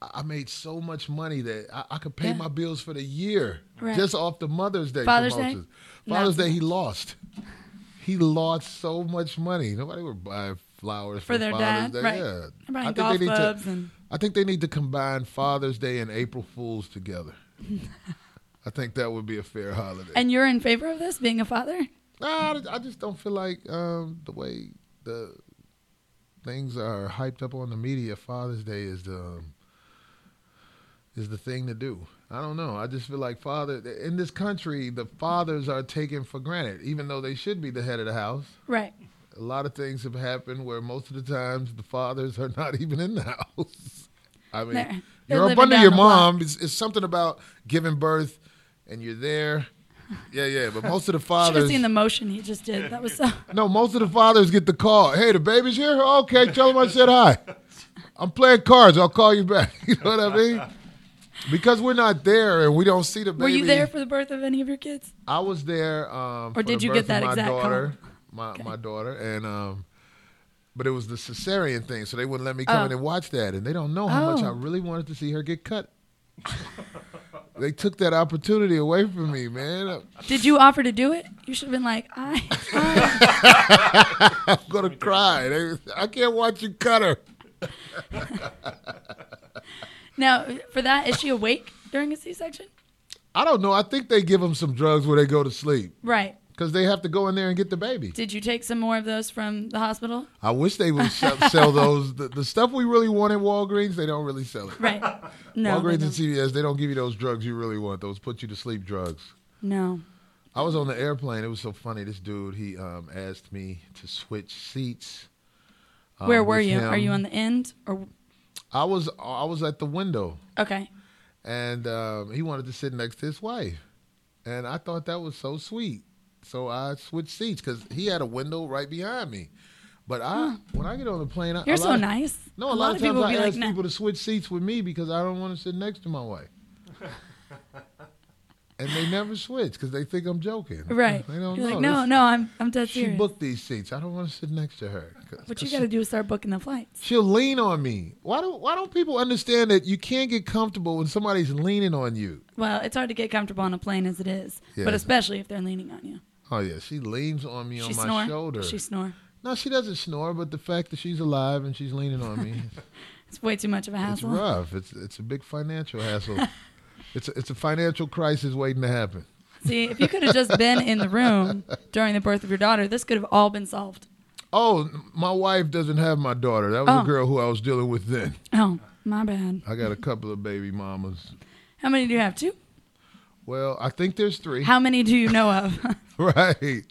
Speaker 6: I I made so much money that I, I could pay
Speaker 1: Yeah.
Speaker 6: my bills for the year
Speaker 1: Right.
Speaker 6: just off the Mother's Day
Speaker 1: Father's Day?
Speaker 6: promotions.
Speaker 1: Not
Speaker 6: Father's
Speaker 1: so
Speaker 6: Day, he lost. He lost so much money. Nobody would buy flowers for,
Speaker 1: For their dad,
Speaker 6: Father's Day.
Speaker 1: right.
Speaker 6: Yeah.
Speaker 1: They're buying
Speaker 6: I think
Speaker 1: golf
Speaker 6: they need
Speaker 1: clubs
Speaker 6: to.
Speaker 1: and-
Speaker 6: I think they need to combine Father's Day and April Fools
Speaker 1: [LAUGHS]
Speaker 6: together. I think that would be a fair holiday.
Speaker 1: And you're in favor of this being a father?
Speaker 6: Nah, I- I just don't feel like um, the way the things are hyped up on the media. Father's Day is the um, is the thing to do. I don't know. I just feel like father in this country, the fathers are taken for granted, even though they should be the head of the house.
Speaker 1: Right.
Speaker 6: A lot of things have happened where most of the times the fathers are not [LAUGHS] even in the house. I mean,
Speaker 1: They're- they're
Speaker 6: you're up
Speaker 1: living
Speaker 6: under
Speaker 1: down
Speaker 6: your
Speaker 1: the block.
Speaker 6: mom. It's, it's something about giving birth, and
Speaker 1: [LAUGHS]
Speaker 6: you're there. Yeah, yeah. But most of the
Speaker 1: Should have
Speaker 6: fathers
Speaker 1: seen the motion he just did. That was
Speaker 6: [LAUGHS]
Speaker 1: so.
Speaker 6: no, most of the fathers get the call. Hey, the baby's here. Okay, tell them I said hi. I'm playing cards. I'll call you back. [LAUGHS] You know what I mean? Because we're not there and we don't see the baby.
Speaker 1: Were you there for the birth of any of your kids?
Speaker 6: I was there. Um,
Speaker 1: Or
Speaker 6: for
Speaker 1: did
Speaker 6: the
Speaker 1: you
Speaker 6: birth
Speaker 1: get that
Speaker 6: of my
Speaker 1: exact call?
Speaker 6: daughter, My my daughter and um, but it was the cesarean thing, so they wouldn't let me come in
Speaker 1: Oh.
Speaker 6: and watch that, and they don't know how much
Speaker 1: Oh.
Speaker 6: I really wanted to see her get cut. they took that opportunity away from me, man.
Speaker 1: Did you offer to do it? You should have been like, I,
Speaker 6: [LAUGHS]
Speaker 1: I
Speaker 6: I'm gonna cry. They- I can't watch you cut her.
Speaker 1: Now, for that, is she awake during a C-section?
Speaker 6: I don't know. I think they give them some drugs where they go to sleep
Speaker 1: Right.
Speaker 6: because they have to go in there and get the baby.
Speaker 1: Did you take some more of those from the hospital?
Speaker 6: I wish they would
Speaker 1: [LAUGHS]
Speaker 6: sell, sell those. The, the stuff we really want at Walgreens, they don't really sell it. [LAUGHS]
Speaker 1: Right. No. they
Speaker 6: Walgreens and
Speaker 1: don't.
Speaker 6: CVS, they don't give you those drugs you really want. Those put you to sleep drugs.
Speaker 1: No.
Speaker 6: I was on the airplane. It was so funny. This dude, he um, asked me to switch seats. um,
Speaker 1: Where were
Speaker 6: with
Speaker 1: you? Are
Speaker 6: him.
Speaker 1: you on the end or?
Speaker 6: I was. I was at the window.
Speaker 1: Okay.
Speaker 6: and um, he wanted to sit next to his wife, and I thought that was so sweet. So I switched seats because he had a window right behind me. But I, when I get on the plane, I,
Speaker 1: Hmm. You're
Speaker 6: a
Speaker 1: so
Speaker 6: lot of-
Speaker 1: nice.
Speaker 6: No, a, lot, of times
Speaker 1: will
Speaker 6: I ask
Speaker 1: "No."
Speaker 6: people to switch seats with me because I don't want to sit next to my wife. and they never switch because they think I'm joking.
Speaker 1: Right.
Speaker 6: They don't
Speaker 1: You're
Speaker 6: know.
Speaker 1: like, no,
Speaker 6: This-
Speaker 1: no, I'm I'm dead
Speaker 6: She
Speaker 1: serious.
Speaker 6: booked these seats. I don't want to sit next to her. 'cause-
Speaker 1: what
Speaker 6: 'cause
Speaker 1: you got to do is start booking the flights.
Speaker 6: She'll lean on me. Why do Why don't people understand that you can't get comfortable when somebody's leaning on you?
Speaker 1: Well, it's hard to get comfortable on a plane as it is,
Speaker 6: Yeah.
Speaker 1: but especially if they're leaning on you.
Speaker 6: Oh yeah, she leans on me
Speaker 1: She
Speaker 6: on my
Speaker 1: snore.
Speaker 6: shoulder.
Speaker 1: She snore.
Speaker 6: no, she doesn't snore, but the fact that she's alive and she's leaning on
Speaker 1: [LAUGHS]
Speaker 6: me,
Speaker 1: It's way too much of a
Speaker 6: it's
Speaker 1: hassle.
Speaker 6: rough. It's it's a big financial hassle. [LAUGHS] it's a, it's a financial crisis waiting to happen.
Speaker 1: See, if you could have just been in the
Speaker 6: [LAUGHS]
Speaker 1: room during the birth of your daughter, this could have all been solved.
Speaker 6: Oh, my wife doesn't have my daughter. That was
Speaker 1: Oh.
Speaker 6: a girl who I was dealing with then.
Speaker 1: Oh, my bad.
Speaker 6: I got a couple of baby mamas.
Speaker 1: How many do you have? Two?
Speaker 6: Well, I think there's three.
Speaker 1: How many do you know of?
Speaker 6: [LAUGHS]
Speaker 1: [LAUGHS]
Speaker 6: right.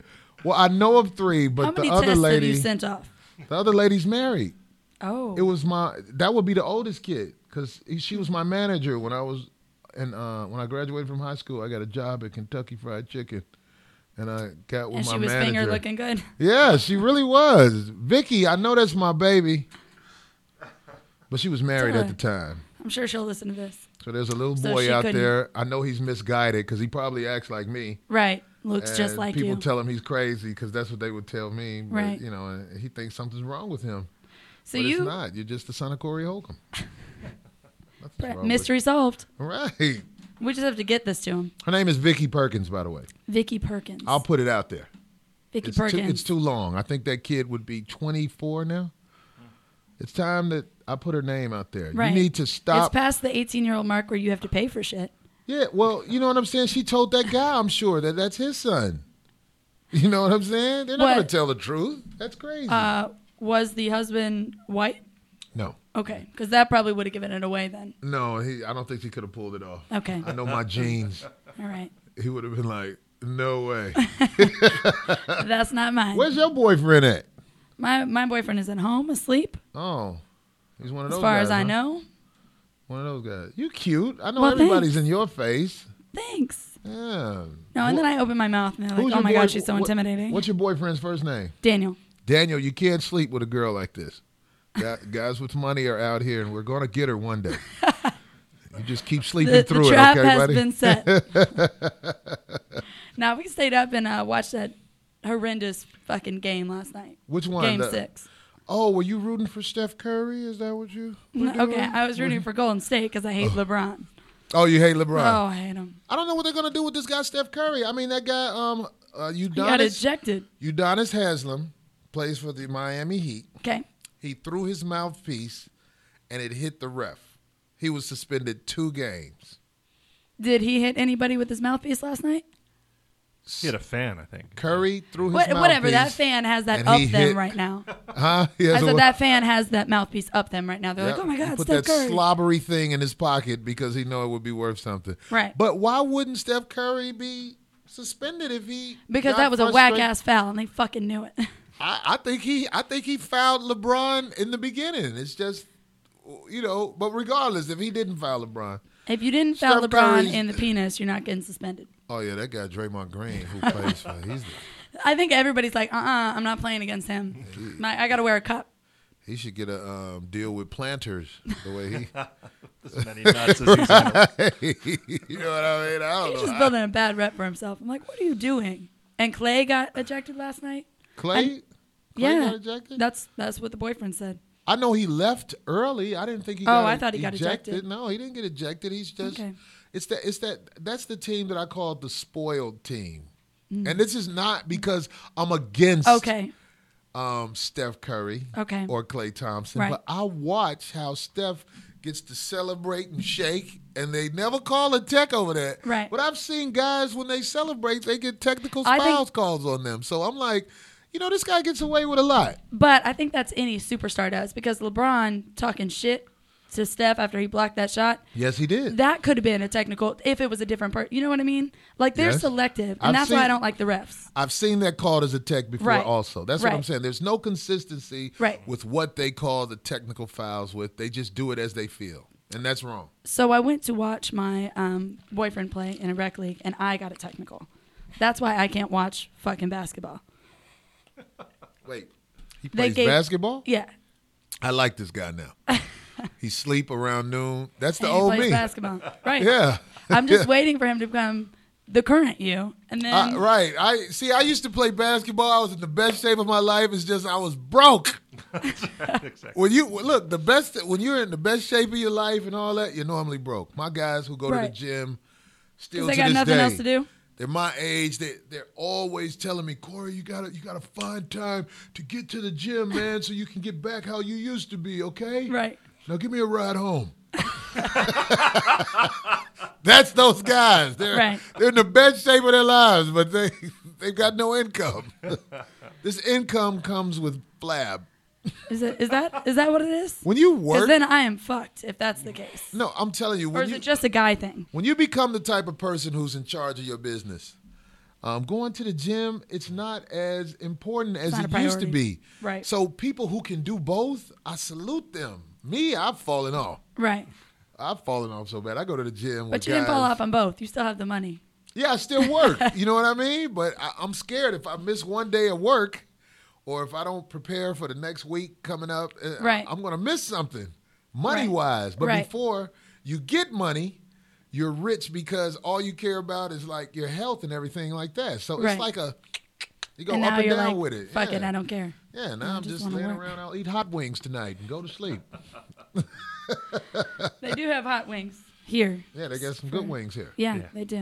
Speaker 6: Well, I know of three,
Speaker 1: How
Speaker 6: but the
Speaker 1: many
Speaker 6: other
Speaker 1: tests have you
Speaker 6: lady,
Speaker 1: sent off?
Speaker 6: the other lady's married.
Speaker 1: Oh,
Speaker 6: It was my that would be the oldest kid because she was my manager when I was and uh, when I graduated from high school. I got a job at Kentucky Fried Chicken, and I got with
Speaker 1: and
Speaker 6: my
Speaker 1: she was
Speaker 6: manager.
Speaker 1: finger looking good. [LAUGHS]
Speaker 6: Yeah, she really was. Vicky, I know that's my baby, but she was married at the time.
Speaker 1: I'm sure she'll listen to this.
Speaker 6: So there's a little
Speaker 1: So
Speaker 6: boy
Speaker 1: she
Speaker 6: out
Speaker 1: couldn't-
Speaker 6: there. I know he's misguided because he probably acts like me.
Speaker 1: Right. Looks just
Speaker 6: And
Speaker 1: like
Speaker 6: people
Speaker 1: you.
Speaker 6: tell him he's crazy because that's what they would tell me. But,
Speaker 1: Right.
Speaker 6: You know, and he thinks something's wrong with him.
Speaker 1: so
Speaker 6: but it's
Speaker 1: you,
Speaker 6: not. You're just the son of
Speaker 1: [LAUGHS]
Speaker 6: Corey Holcomb. Nothing's
Speaker 1: Brett,
Speaker 6: wrong with-
Speaker 1: mystery solved.
Speaker 6: Right.
Speaker 1: We just have to get this to him.
Speaker 6: Her name is Vicky Perkins, by the way.
Speaker 1: Vicky Perkins.
Speaker 6: I'll put it out there.
Speaker 1: Vicky
Speaker 6: it's
Speaker 1: Perkins.
Speaker 6: Too, it's too long. I think that kid would be 24 now. It's time that I put her name out there.
Speaker 1: Right.
Speaker 6: You need to stop.
Speaker 1: It's past the 18 year old mark where you have to pay for shit.
Speaker 6: yeah, well, you know what I'm saying? She told that guy, I'm sure, that that's his son. You know what I'm saying? They're not
Speaker 1: What?
Speaker 6: going to tell the truth. That's crazy.
Speaker 1: Uh, was the husband white?
Speaker 6: no.
Speaker 1: Okay, because that probably would have given it away then.
Speaker 6: No, he, I don't think he could have pulled it off.
Speaker 1: Okay,
Speaker 6: I know my genes.
Speaker 1: all right.
Speaker 6: He would have been like, no way.
Speaker 1: That's not mine.
Speaker 6: Where's your boyfriend at?
Speaker 1: My my boyfriend is at home asleep,
Speaker 6: Oh, he's one of
Speaker 1: as
Speaker 6: those
Speaker 1: far
Speaker 6: guys.
Speaker 1: as I
Speaker 6: huh?
Speaker 1: know.
Speaker 6: One of those guys. You cute. I know
Speaker 1: Well,
Speaker 6: everybody's
Speaker 1: thanks.
Speaker 6: in your face.
Speaker 1: Thanks.
Speaker 6: Yeah.
Speaker 1: No, and then I open my mouth and they're
Speaker 6: Who's
Speaker 1: like, "Oh
Speaker 6: your
Speaker 1: my
Speaker 6: boy-
Speaker 1: god, she's so
Speaker 6: what-
Speaker 1: intimidating."
Speaker 6: What's your boyfriend's first name?
Speaker 1: Daniel.
Speaker 6: Daniel, you can't sleep with a girl like this.
Speaker 1: [LAUGHS]
Speaker 6: Guy- Guys with money are out here, and we're going to get her one day. you just keep sleeping
Speaker 1: The,
Speaker 6: through
Speaker 1: the
Speaker 6: it,
Speaker 1: trap
Speaker 6: okay,
Speaker 1: has
Speaker 6: buddy?
Speaker 1: been set.
Speaker 6: [LAUGHS]
Speaker 1: now we stayed up and uh, watched that horrendous fucking game last night.
Speaker 6: Which one?
Speaker 1: Game
Speaker 6: The-
Speaker 1: six.
Speaker 6: Oh, were you rooting for Steph Curry? Is that what you? were
Speaker 1: Okay,
Speaker 6: doing?
Speaker 1: I was rooting for Golden State because I hate LeBron.
Speaker 6: Oh, you hate LeBron.
Speaker 1: Oh, I hate him.
Speaker 6: I don't know what they're going to do with this guy, Steph Curry. I mean, that guy, um, uh,
Speaker 1: He got
Speaker 6: Udonis,
Speaker 1: ejected.
Speaker 6: Udonis Haslam plays for the Miami Heat.
Speaker 1: Okay.
Speaker 6: He threw his mouthpiece and it hit the ref. He was suspended two games.
Speaker 1: Did he hit anybody with his mouthpiece last night?
Speaker 4: He had a fan, I think.
Speaker 6: Curry threw his
Speaker 1: What,
Speaker 6: mouthpiece.
Speaker 1: whatever. That fan has that
Speaker 6: and
Speaker 1: up
Speaker 6: he
Speaker 1: them
Speaker 6: hit-
Speaker 1: right now.
Speaker 6: [LAUGHS] Huh? He has
Speaker 1: I
Speaker 6: a-
Speaker 1: said that fan has that mouthpiece up them right now. They're
Speaker 6: Yeah,
Speaker 1: like, oh my
Speaker 6: he
Speaker 1: god,
Speaker 6: put
Speaker 1: Steph
Speaker 6: that
Speaker 1: Curry.
Speaker 6: slobbery thing in his pocket because he knew it would be worth something.
Speaker 1: Right.
Speaker 6: But why wouldn't Steph Curry be suspended if he?
Speaker 1: because
Speaker 6: got
Speaker 1: that was a whack
Speaker 6: frustrated?
Speaker 1: ass foul, and they fucking knew it. [LAUGHS]
Speaker 6: I, I think he. I think he fouled LeBron in the beginning. It's just, you know. But regardless, if he didn't foul LeBron,
Speaker 1: if you didn't foul
Speaker 6: Steph
Speaker 1: LeBron
Speaker 6: Curry's-
Speaker 1: in the penis, you're not getting suspended.
Speaker 6: oh yeah, that guy Draymond
Speaker 1: [LAUGHS]
Speaker 6: Green who plays for he's the,
Speaker 1: I think everybody's like, uh, uh-uh, uh, i am not playing against him.
Speaker 6: Mm-hmm.
Speaker 1: My, I got to wear a cup.
Speaker 6: He should get a um, deal with planters the way he.
Speaker 4: As many nuts as he's had.
Speaker 6: [LAUGHS] you know what I mean? I don't
Speaker 1: He's
Speaker 6: know.
Speaker 1: just building a bad rep for himself. I'm like, what are you doing? And Clay got ejected last night.
Speaker 6: Clay, Clay
Speaker 1: yeah,
Speaker 6: got ejected.
Speaker 1: that's that's what the boyfriend said.
Speaker 6: I know he left early. I didn't think he.
Speaker 1: Oh,
Speaker 6: got
Speaker 1: I thought he got ejected.
Speaker 6: No, he didn't get ejected. He's just.
Speaker 1: Okay.
Speaker 6: It's that. It's that. That's the team that I call the spoiled team, and this is not because I'm against.
Speaker 1: Mm. Okay,
Speaker 6: um, Steph Curry
Speaker 1: Okay.
Speaker 6: or Clay Thompson,
Speaker 1: Right.
Speaker 6: but I watch how Steph gets to celebrate and shake, and they never call a tech over that.
Speaker 1: Right.
Speaker 6: But I've seen guys when they celebrate, they get technical
Speaker 1: I
Speaker 6: fouls
Speaker 1: think-
Speaker 6: calls on them. So I'm like, you know, this guy gets away with a lot.
Speaker 1: But I think that's any superstar does because LeBron talking shit to Steph after he blocked that shot.
Speaker 6: Yes, he did.
Speaker 1: That could have been a technical if it was a different part. You know what I mean? Like they're
Speaker 6: Yes.
Speaker 1: selective, and
Speaker 6: I've
Speaker 1: that's why I
Speaker 6: seen-
Speaker 1: don't like the refs.
Speaker 6: I've seen that called as a tech before
Speaker 1: Right.
Speaker 6: also. That's what I'm
Speaker 1: Right.
Speaker 6: saying. There's no consistency
Speaker 1: Right.
Speaker 6: with what they call the technical fouls with. They just do it as they feel. And that's wrong.
Speaker 1: So I went to watch my um, boyfriend play in a rec league, and I got a technical. That's why I can't watch fucking basketball.
Speaker 6: Wait. He
Speaker 1: They
Speaker 6: plays
Speaker 1: gave-
Speaker 6: basketball?
Speaker 1: Yeah,
Speaker 6: I like this guy
Speaker 1: [LAUGHS]
Speaker 6: now. he sleep around noon. That's the
Speaker 1: and he
Speaker 6: old
Speaker 1: plays
Speaker 6: me. [LAUGHS]
Speaker 1: basketball. Right.
Speaker 6: Yeah.
Speaker 1: I'm just waiting for him to become the current you, and then
Speaker 6: I, right. I see. I used to play basketball. I was in the best shape of my life. It's just I
Speaker 1: [LAUGHS]
Speaker 6: was broke. When you look the best, when you're in the best shape of your life and all that, you're normally broke. My guys who go to
Speaker 1: Right.
Speaker 6: the gym, still
Speaker 1: 'Cause
Speaker 6: to
Speaker 1: they got
Speaker 6: this
Speaker 1: nothing
Speaker 6: day,
Speaker 1: else to do.
Speaker 6: They're my age. They they're always telling me, Corey, you gotta you gotta find time to get to the gym, man, so you can get back how you used to be. Okay.
Speaker 1: right.
Speaker 6: Now give me a ride home. That's those guys. They're
Speaker 1: Right.
Speaker 6: they're in the best shape of their lives, but they they've got no income. this income comes with flab.
Speaker 1: Is it is that is that what it is?
Speaker 6: When you
Speaker 1: Because
Speaker 6: work,
Speaker 1: then I am fucked if that's the case.
Speaker 6: no, I'm telling you,
Speaker 1: Or
Speaker 6: when
Speaker 1: is
Speaker 6: you
Speaker 1: it just a guy thing?
Speaker 6: when you become the type of person who's in charge of your business, um, going to the gym, it's not as important as
Speaker 1: not
Speaker 6: it
Speaker 1: a
Speaker 6: used to
Speaker 1: priority.
Speaker 6: be.
Speaker 1: Right.
Speaker 6: So people who can do both, I salute them. Me, I've fallen off.
Speaker 1: Right.
Speaker 6: I've fallen off so bad. I go to the gym.
Speaker 1: But
Speaker 6: with
Speaker 1: you didn't fall
Speaker 6: Oh, guys.
Speaker 1: off on both. You still have the money.
Speaker 6: Yeah, I still work.
Speaker 1: [LAUGHS]
Speaker 6: you know what I mean? But I, I'm scared if I miss one day of work or if I don't prepare for the next week coming up, uh,
Speaker 1: Right.
Speaker 6: I'm going to miss something money wise. But
Speaker 1: Right.
Speaker 6: before you get money, you're rich because all you care about is like your health and everything like that. So
Speaker 1: Right.
Speaker 6: it's like a you go
Speaker 1: and
Speaker 6: up
Speaker 1: now
Speaker 6: and
Speaker 1: you're
Speaker 6: down
Speaker 1: like,
Speaker 6: with it.
Speaker 1: fuck
Speaker 6: yeah.
Speaker 1: it, I don't care.
Speaker 6: Yeah, now
Speaker 1: I
Speaker 6: I'm just,
Speaker 1: wanna
Speaker 6: laying
Speaker 1: work.
Speaker 6: around. I'll eat hot wings tonight and go
Speaker 1: [LAUGHS]
Speaker 6: to sleep.
Speaker 1: They do have hot wings here.
Speaker 6: Yeah, they got some good wings here.
Speaker 1: Yeah, they do.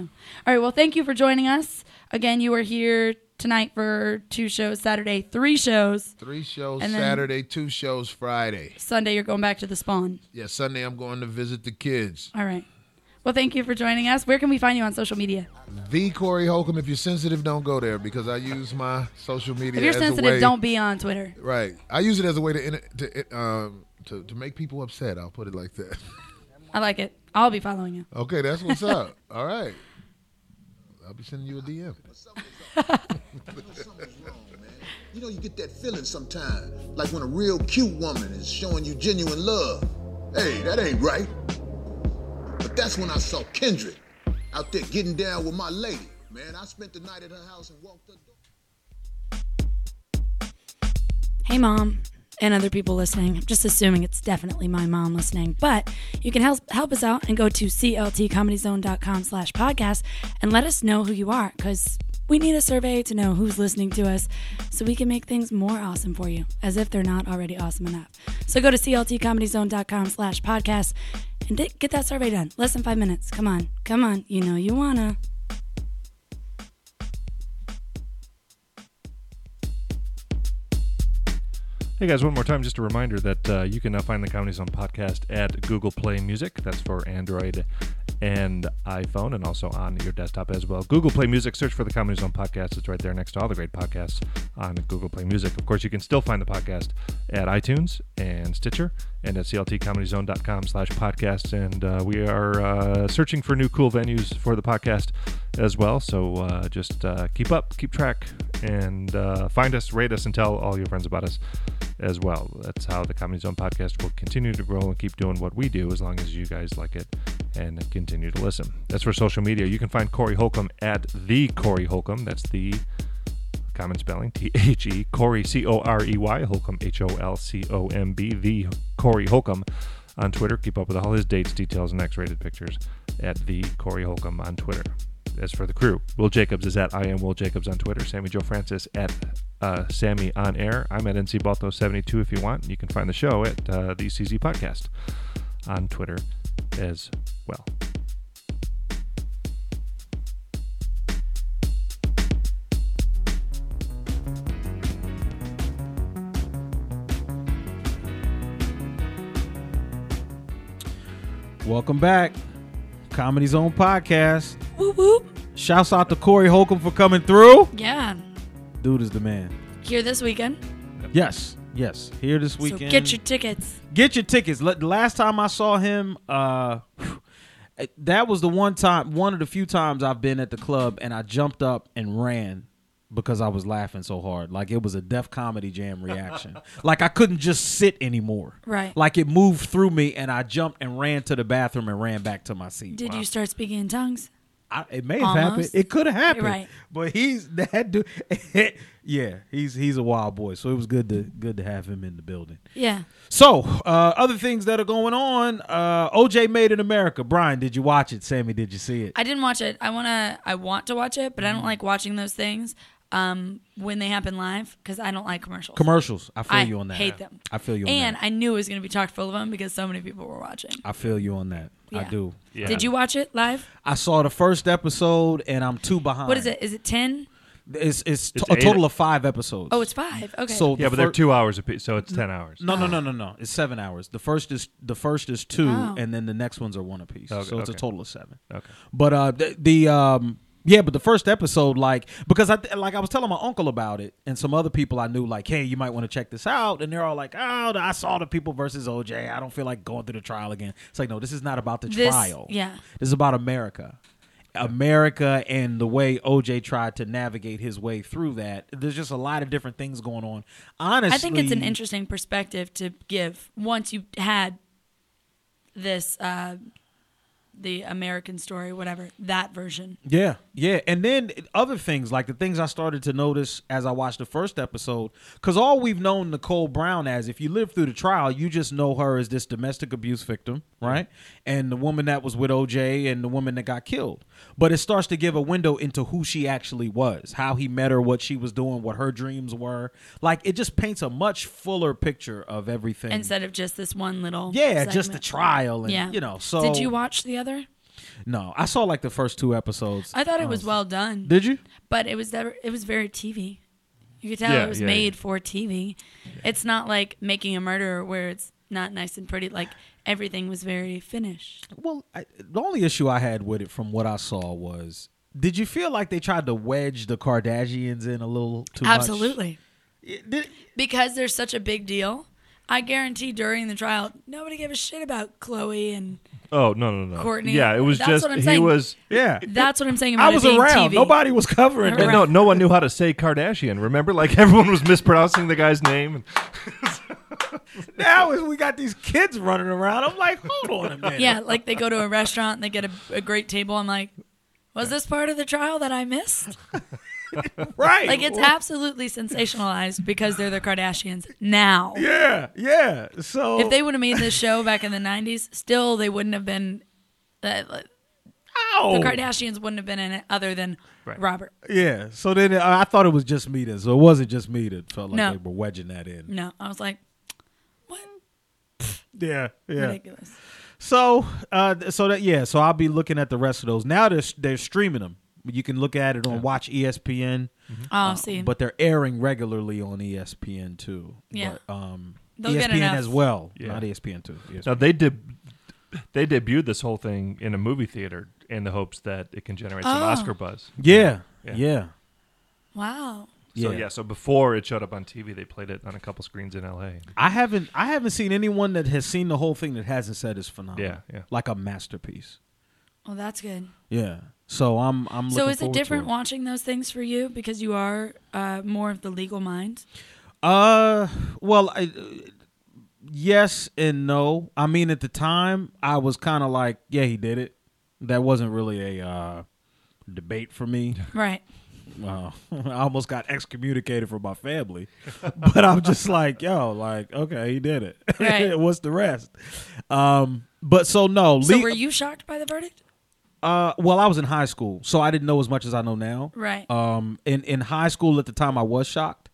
Speaker 1: All right. Well, thank you for joining us. Again, you were here tonight for two shows Saturday, three shows.
Speaker 6: Three shows
Speaker 1: And then-
Speaker 6: Saturday, two shows Friday.
Speaker 1: Sunday, you're going back to the spawn.
Speaker 6: Yeah, Sunday I'm going to visit the kids.
Speaker 1: All right. Well, thank you for joining us. Where can we find you on social media?
Speaker 6: The Corey Holcomb. If you're sensitive, don't go there because I use my social media.
Speaker 1: If you're
Speaker 6: as a way,
Speaker 1: sensitive, don't be on Twitter.
Speaker 6: Right, I use it as a way to inter- to um to, to make people upset. I'll put it like that. [LAUGHS]
Speaker 1: I like it. I'll be following you.
Speaker 6: okay, that's what's
Speaker 1: [LAUGHS]
Speaker 6: up. All right, I'll be sending you a DM.
Speaker 7: something's wrong, man. You know, you get that feeling sometimes, like when a real cute woman is showing you genuine love. Hey, that ain't right. But that's when I saw Kendrick out there getting down with my lady. Man, I spent the night at her house and walked her door.
Speaker 1: Hey, mom, and other people listening. I'm just assuming it's definitely my mom listening, but you can help help us out and go to cltcomedyzone.com slash podcast and let us know who you are because we need a survey to know who's listening to us so we can make things more awesome for you as if they're not already awesome enough. So go to cltcomedyzone.com slash podcast and di- get that survey done. Less than five minutes. Come on. Come on. You know you wanna.
Speaker 4: Hey guys, one more time, just a reminder that uh, you can now find the Comedy Zone podcast at Google Play Music. That's for Android and iPhone, and also on your desktop as well. Google Play Music, search for the Comedy Zone podcast. It's right there next to all the great podcasts on Google Play Music. Of course, you can still find the podcast at iTunes and Stitcher and at cltcomedyzone.com slash podcast. And uh, we are uh, searching for new cool venues for the podcast as well. So uh, just uh, keep up, keep track, and uh, find us, rate us, and tell all your friends about us as well. That's how the Comedy Zone podcast will continue to grow and keep doing what we do as long as you guys like it and continue to listen. As for social media, you can find Corey Holcomb at the Corey Holcomb. That's the common spelling T H E Corey C O R E Y Holcomb H O L C O M B the Corey Holcomb on Twitter. Keep up with all his dates, details, and X-rated pictures at the Corey Holcomb on Twitter. As for the crew, Will Jacobs is at I am Will Jacobs on Twitter. Sammy Joe Francis at uh, Sammy on Air. I'm at NC Balto 72 if you want. You can find the show at uh, the CZ Podcast on Twitter as well.
Speaker 3: Welcome back, Comedy Zone podcast.
Speaker 1: Whoop whoop.
Speaker 3: Shouts out to Corey Holcomb for coming through.
Speaker 1: Yeah.
Speaker 3: Dude is the man.
Speaker 1: Here this weekend.
Speaker 3: Yes, yes. Here this weekend.
Speaker 1: So get your tickets.
Speaker 3: get your tickets. Let- The last time I saw him, uh, [SIGHS] that was the one time, one of the few times I've been at the club and I jumped up and ran because I was laughing so hard. Like it was a deaf comedy
Speaker 1: [LAUGHS]
Speaker 3: jam reaction. like I couldn't just sit anymore.
Speaker 1: Right.
Speaker 3: Like it moved through me and I jumped and ran to the bathroom and ran back to my seat.
Speaker 1: Did you start speaking in tongues?
Speaker 3: I, it may have
Speaker 1: Almost.
Speaker 3: happened. It could have happened.
Speaker 1: Right.
Speaker 3: But he's that dude. [LAUGHS] yeah, he's he's a wild boy. So it was good to good to have him in the building.
Speaker 1: Yeah.
Speaker 3: So uh, other things that are going on. Uh, OJ Made in America. Brian, did you watch it? Sammy, did you see it?
Speaker 1: I didn't watch it. I wanna. I want to watch it, but
Speaker 3: Mm.
Speaker 1: I don't like watching those things um, when they happen live because I don't like commercials.
Speaker 3: Commercials. I feel
Speaker 1: I
Speaker 3: you on that.
Speaker 1: hate them.
Speaker 3: I feel you on
Speaker 1: and
Speaker 3: that. Uh,
Speaker 1: I knew it was going to be chock full of them because so many people were watching.
Speaker 3: I feel you on that. I
Speaker 1: Yeah.
Speaker 3: do.
Speaker 4: Yeah.
Speaker 1: Did you watch it live?
Speaker 3: I saw the first episode and I'm two behind.
Speaker 1: What is it? Is it ten?
Speaker 3: It's it's, t-
Speaker 4: It's
Speaker 3: a
Speaker 4: eight- e-
Speaker 3: total of five episodes.
Speaker 1: Oh, it's five. Okay.
Speaker 3: so
Speaker 4: Yeah,
Speaker 3: the
Speaker 4: but they're
Speaker 3: fir-
Speaker 4: two hours apiece, so it's ten hours.
Speaker 3: No, no, no, no, no. It's seven hours. The first is the first is two,
Speaker 1: Oh.
Speaker 3: and then the next ones are one apiece.
Speaker 4: Okay,
Speaker 3: so it's a
Speaker 4: okay.
Speaker 3: total of seven.
Speaker 4: Okay.
Speaker 3: But uh, the, the um, yeah, but the first episode, like, because I like I was telling my uncle about it, and some other people I knew, like, hey, you might want to check this out, and they're all like, oh, I saw the people versus OJ. I don't feel like going through the trial again. It's like, no, this is not about the
Speaker 1: This-
Speaker 3: trial.
Speaker 1: yeah.
Speaker 3: this is about America. America and the way OJ tried to navigate his way through that. There's just a lot of different things going on. Honestly,
Speaker 1: I think it's an interesting perspective to give once you had this uh, the American story, whatever that version.
Speaker 3: Yeah, yeah, and then other things like the things I started to notice as I watched the first episode, because all we've known Nicole Brown as, if you live through the trial, you just know her as this domestic abuse victim, right? And the woman that was with OJ and the woman that got killed. But it starts to give a window into who she actually was, how he met her, what she was doing, what her dreams were. Like it just paints a much fuller picture of everything.
Speaker 1: instead of just this one little.
Speaker 3: yeah,
Speaker 1: segment.
Speaker 3: just the trial, and you know. So
Speaker 1: did you watch the other?
Speaker 3: No, I saw like the first two episodes.
Speaker 1: I thought it was well done.
Speaker 3: Oh. Did you?
Speaker 1: but it was never, it was very TV. You could tell
Speaker 4: Yeah,
Speaker 1: it was
Speaker 4: yeah,
Speaker 1: made
Speaker 4: yeah.
Speaker 1: for TV. It's not like making a murderer where it's not nice and pretty. Like everything was very finished.
Speaker 3: Well, I, the only issue I had with it from what I saw was did you feel like they tried to wedge the Kardashians in a little too much?
Speaker 1: Absolutely,
Speaker 3: It did-
Speaker 1: because there's such a big deal. I guarantee during the trial, nobody gave a shit about Chloe, and
Speaker 4: Oh no no no.
Speaker 1: Courtney,
Speaker 4: Yeah, it was
Speaker 1: that's
Speaker 4: just
Speaker 1: what I'm
Speaker 4: he
Speaker 1: saying.
Speaker 4: was.
Speaker 3: yeah.
Speaker 1: that's what I'm saying about
Speaker 3: I was
Speaker 1: it being
Speaker 3: around.
Speaker 1: TV.
Speaker 3: Nobody was covering
Speaker 1: Right.
Speaker 3: it.
Speaker 4: And no, no one knew how to say Kardashian. Remember, like [LAUGHS] everyone was mispronouncing the guy's name.
Speaker 3: Now is we got these kids running around. I'm like,
Speaker 1: [LAUGHS]
Speaker 3: hold on a minute.
Speaker 1: Yeah, like they go to a restaurant and they get a, a great table. I'm like, was this part of the trial that I
Speaker 3: [LAUGHS]
Speaker 1: missed?
Speaker 3: Right.
Speaker 1: Like it's absolutely sensationalized because they're the Kardashians now.
Speaker 3: Yeah, yeah. So
Speaker 1: If they would have made this show back in the '90s, still they wouldn't have been. Uh, like,
Speaker 3: Ow.
Speaker 1: the Kardashians wouldn't have been in it other than
Speaker 4: Right.
Speaker 1: Robert.
Speaker 3: Yeah. So then uh, I I thought it was just me that so it wasn't just me that felt like
Speaker 1: No.
Speaker 3: they were wedging that in.
Speaker 1: No, I was like, what?
Speaker 3: Yeah. Yeah.
Speaker 1: Ridiculous.
Speaker 3: So, uh, so that yeah, so I'll be looking at the rest of those. Now they're they're streaming them. You can look at it on Watch E ESPN,
Speaker 1: Oh, see,
Speaker 3: Um, but they're airing regularly on E ESPN too.
Speaker 1: Yeah.
Speaker 3: but, um,
Speaker 1: They'll get
Speaker 3: ESPN
Speaker 1: enough.
Speaker 3: as well,
Speaker 4: Yeah.
Speaker 3: not E ESPN two. ESPN.
Speaker 4: Now they did. They debuted this whole thing in a movie theater in the hopes that it can generate some
Speaker 1: Oh.
Speaker 4: Oscar buzz.
Speaker 3: Yeah, yeah,
Speaker 4: Yeah.
Speaker 3: yeah.
Speaker 1: wow.
Speaker 4: So yeah. so before it showed up on TV, they played it on a couple screens in LA.
Speaker 3: I haven't I haven't seen anyone that has seen the whole thing that hasn't said it's phenomenal.
Speaker 4: Yeah, yeah.
Speaker 3: like a masterpiece.
Speaker 1: Well, that's good.
Speaker 3: Yeah. So I'm I'm.
Speaker 1: So
Speaker 3: looking
Speaker 1: is it
Speaker 3: forward to
Speaker 1: different watching those things for you because you are uh, more of the legal mind?
Speaker 3: Uh, well, I, yes and no. I mean, at the time, I was kind of like, yeah, he did it. That wasn't really a uh, debate for me.
Speaker 1: Right.
Speaker 3: Uh, [LAUGHS] I almost got excommunicated from my family, [LAUGHS] but I'm just like, yo, like, okay, he did it. [LAUGHS]
Speaker 1: Right.
Speaker 3: What's the rest? Um, but so no,
Speaker 1: So
Speaker 3: le-
Speaker 1: were you shocked by the verdict?
Speaker 3: uh, well, I was in high school, so I didn't know as much as I know now.
Speaker 1: Right.
Speaker 3: Um, in in high school at the time, I was shocked.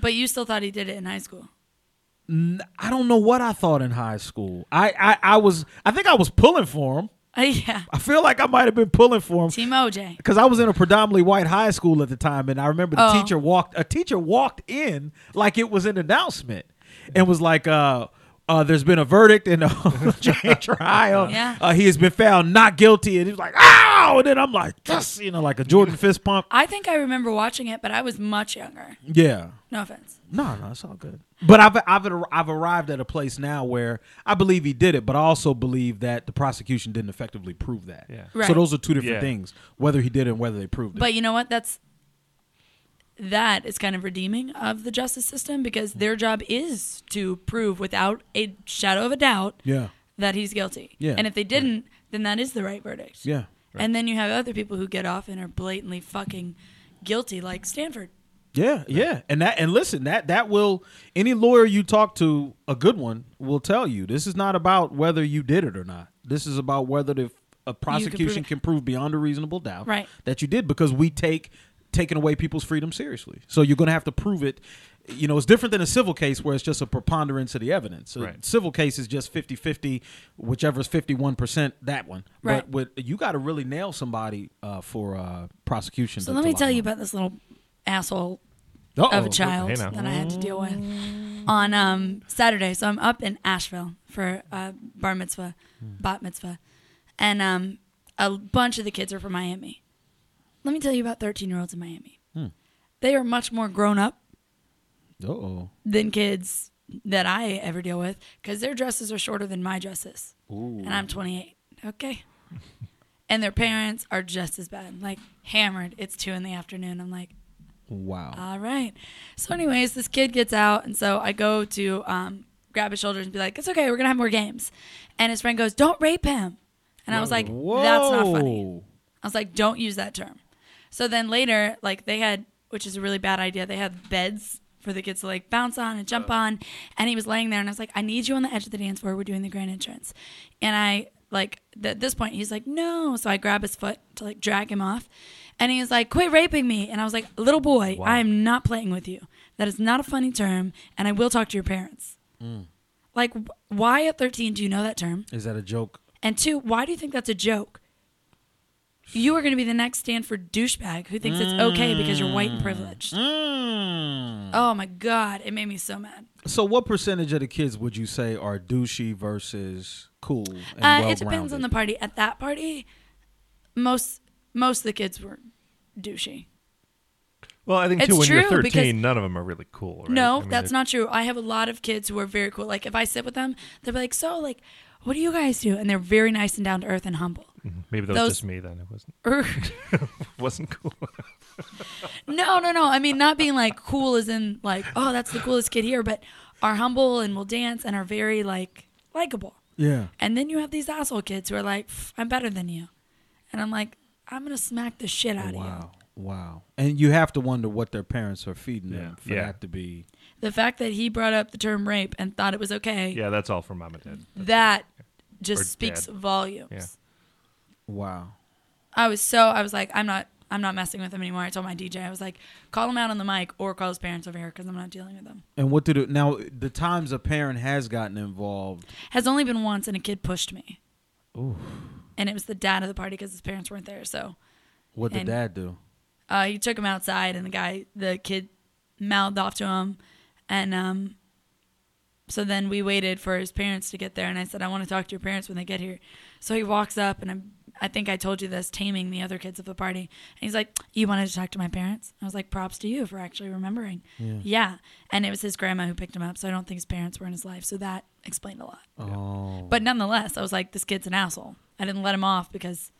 Speaker 1: But you still thought he did it in high school. [LAUGHS]
Speaker 3: I don't know what I thought in high school. I I, I was I think I was pulling for him.
Speaker 1: Uh, yeah.
Speaker 3: I feel like I might have been pulling for him
Speaker 1: Team OJ.
Speaker 3: because I was in a predominantly white high school at the time, and I remember the
Speaker 1: Oh.
Speaker 3: teacher walked a teacher walked in like it was an announcement and was like. uh uh, there's been a [LAUGHS] verdict in a trial.
Speaker 1: Yeah.
Speaker 3: Uh, he has been found not guilty, and he was like, "Ow!" And then I'm like, "Yes," you know, like
Speaker 1: [LAUGHS]
Speaker 3: a Jordan fist pump.
Speaker 1: I think I remember watching it, but I was much younger.
Speaker 3: Yeah,
Speaker 1: No offense.
Speaker 3: No, no, it's all good. But I've I've I've arrived at a place now where I believe he did it, but I also believe that the prosecution didn't effectively prove that.
Speaker 4: Yeah.
Speaker 1: Right.
Speaker 3: So those are two different
Speaker 4: Yeah.
Speaker 3: things: whether he did it and whether they proved
Speaker 1: But
Speaker 3: it.
Speaker 1: you know what? That's that is kind of redeeming of the justice system because their job is to prove without a shadow of a doubt
Speaker 3: Yeah,
Speaker 1: that he's guilty.
Speaker 3: Yeah.
Speaker 1: And if they didn't, then that is the right verdict.
Speaker 3: yeah.
Speaker 1: And then you have other people who get off and are blatantly fucking guilty, like Stanford.
Speaker 3: Yeah, yeah, and that and listen that that will any lawyer you talk to, a good one will tell you this is not about whether you did it or not. This is about whether the a prosecution
Speaker 1: it.
Speaker 3: can prove beyond a reasonable doubt
Speaker 1: Right.
Speaker 3: that you did because we take taking away people's freedom seriously. So you're going to have to prove it. You know, it's different than a civil case where it's just a preponderance of the evidence. A
Speaker 4: Right.
Speaker 3: civil case is just 50-50, whichever's 51%, that one.
Speaker 1: Right.
Speaker 3: But with, you got to really nail somebody uh, for uh, prosecution.
Speaker 1: So
Speaker 3: to-
Speaker 1: let
Speaker 3: to
Speaker 1: me
Speaker 3: lie
Speaker 1: tell
Speaker 3: on
Speaker 1: you
Speaker 3: it.
Speaker 1: about this little asshole
Speaker 3: Uh-oh.
Speaker 1: of a child
Speaker 4: hey now.
Speaker 1: that I had to deal with on um, Saturday. So I'm up in Asheville for uh, bar mitzvah, bat mitzvah, and um, a bunch of the kids are from Miami. Let me tell you about 13 year olds in Miami. They are much more grown up
Speaker 3: Uh-oh.
Speaker 1: than kids that I ever deal with because their dresses are shorter than my dresses. And I'm 28. Okay. [LAUGHS] and their parents are just as bad. Like, hammered. It's two in the afternoon. I'm like,
Speaker 3: Wow.
Speaker 1: all right. So, anyways, this kid gets out, and so I go to um, grab his shoulders and be like, "It's okay, we're gonna have more games." And his friend goes, "Don't rape him," and I was like, "That's not funny."
Speaker 3: Whoa.
Speaker 1: I was like, "Don't use that term." So then later, like they had, which is a really bad idea, they had beds for the kids to like bounce on and jump on, and he was laying there, and I was like, "I need you on the edge of the dance floor. We're doing the grand entrance," and I. Like th- at this point, he's like, no. So I grab his foot to like drag him off. And he's like, quit raping me. And I was like, little boy, I am not playing with you. That is not a funny term. And I will talk to your parents. Like, wh- why at 13 do you know that term?
Speaker 3: Is that a joke?
Speaker 1: And two, why do you think that's a joke? You are going to be the next Stanford douchebag who thinks it's okay because you're
Speaker 4: Mm.
Speaker 1: white and privileged. Oh my God. It made me so mad.
Speaker 3: So, what percentage of the kids would you say are douchey versus cool and
Speaker 1: Uh,
Speaker 3: well
Speaker 1: it depends on the party. At that party, most most of the kids were douchey.
Speaker 4: Well, I think
Speaker 1: It's
Speaker 4: too when you're
Speaker 1: true, because-
Speaker 4: 13, none of them are really cool. Right?
Speaker 1: No,
Speaker 4: I mean,
Speaker 1: that's
Speaker 4: it-
Speaker 1: not true. I have a lot of kids who are very cool. Like if I sit with them, they'll be like, "So, like, what do you guys do?" And they're very nice and down to earth and
Speaker 4: [LAUGHS]
Speaker 1: humble.
Speaker 4: Maybe that was
Speaker 1: those-
Speaker 4: just me then. It wasn't [LAUGHS]
Speaker 1: Er,
Speaker 4: wasn't cool. [LAUGHS]
Speaker 1: no, no, no. I mean, not being like cool as in like, "Oh, that's the coolest kid here," but are humble and will dance and are very like likable.
Speaker 3: yeah.
Speaker 1: And then you have these asshole kids who are like, "Pff, "I'm better than you," and I'm like, "I'm gonna smack the shit out of you."
Speaker 3: Oh, Wow. Wow. And you have to wonder what their parents are feeding
Speaker 4: Yeah.
Speaker 3: them for
Speaker 4: Yeah.
Speaker 3: that to be.
Speaker 1: The fact that he brought up the term rape and thought it was okay,
Speaker 4: yeah, that's all from mom and dad.
Speaker 1: that just
Speaker 4: Or
Speaker 1: speaks
Speaker 4: dad.
Speaker 1: volumes.
Speaker 4: Yeah.
Speaker 3: Wow.
Speaker 1: I was so I was like, I'm not I'm not messing with him anymore. I told my DJ, I was like, call him out on the mic or call his parents over here because I'm not dealing with them.
Speaker 3: And what did it now? The times a parent has gotten involved.
Speaker 1: Has only been once, and a kid pushed me. And it was the dad of the party because his parents weren't there. So
Speaker 3: What did
Speaker 1: And-
Speaker 3: dad do?
Speaker 1: uh, he took him outside, and the guy, the kid, mouthed off to him, and um. So then we waited for his parents to get there, and I said, I want to talk to your parents when they get here. So he walks up, and I'm. I think I told you this, taming the other kids of the party. And he's like, You wanted to talk to my parents? I was like, Props to you for actually remembering. Yeah. And it was his grandma who picked him up. So I don't think his parents were in his life. So that explained a lot.
Speaker 3: Oh,
Speaker 1: But nonetheless, I was like, This kid's an asshole. I didn't let him off because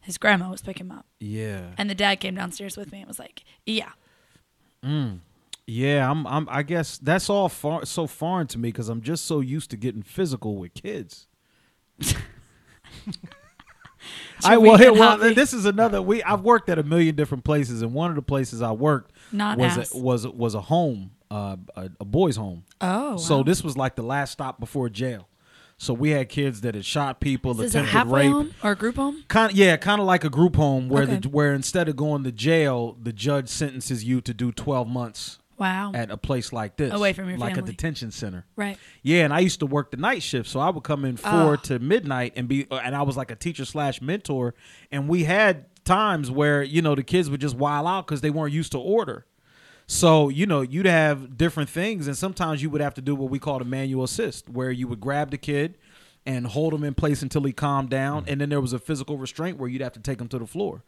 Speaker 1: his grandma was picking him up.
Speaker 3: yeah,
Speaker 1: And the dad came downstairs with me and was like, Yeah,
Speaker 3: yeah. I'm, I'm. I guess that's all far so foreign to me because I'm just so used to getting physical with
Speaker 1: [LAUGHS]
Speaker 3: kids. I well,
Speaker 1: weekend
Speaker 3: here- well,
Speaker 1: hobby.
Speaker 3: this is another. We I've worked at a million different places, and one of the places I worked
Speaker 1: Not
Speaker 3: was
Speaker 1: ass.
Speaker 3: a, was was a home, uh, a, a boys' home.
Speaker 1: Oh,
Speaker 3: so
Speaker 1: wow.
Speaker 3: this was like the last stop before jail. So we had kids that had shot people,
Speaker 1: This is a
Speaker 3: attempted
Speaker 1: halfway
Speaker 3: rape.
Speaker 1: home or a group home?
Speaker 3: Kind of, yeah, kind of like a group home where
Speaker 1: Okay.
Speaker 3: the where instead of going to jail, the judge sentences you to do twelve months
Speaker 1: Wow.
Speaker 3: at a place like this,
Speaker 1: Oh. Away from your
Speaker 3: like a
Speaker 1: family.
Speaker 3: detention center.
Speaker 1: Right.
Speaker 3: Yeah, and I used to work the night shift, so I would come in
Speaker 1: Oh.
Speaker 3: four to midnight and be, uh, and I was like a teacher slash mentor, and we had times where you know the kids would just wild out because they weren't used to order. So, you know, you'd have different things, and sometimes you would have to do what we call the manual assist, where you would grab the kid and hold him in place until he calmed down. And then there was a physical restraint where you'd have to take him to the floor.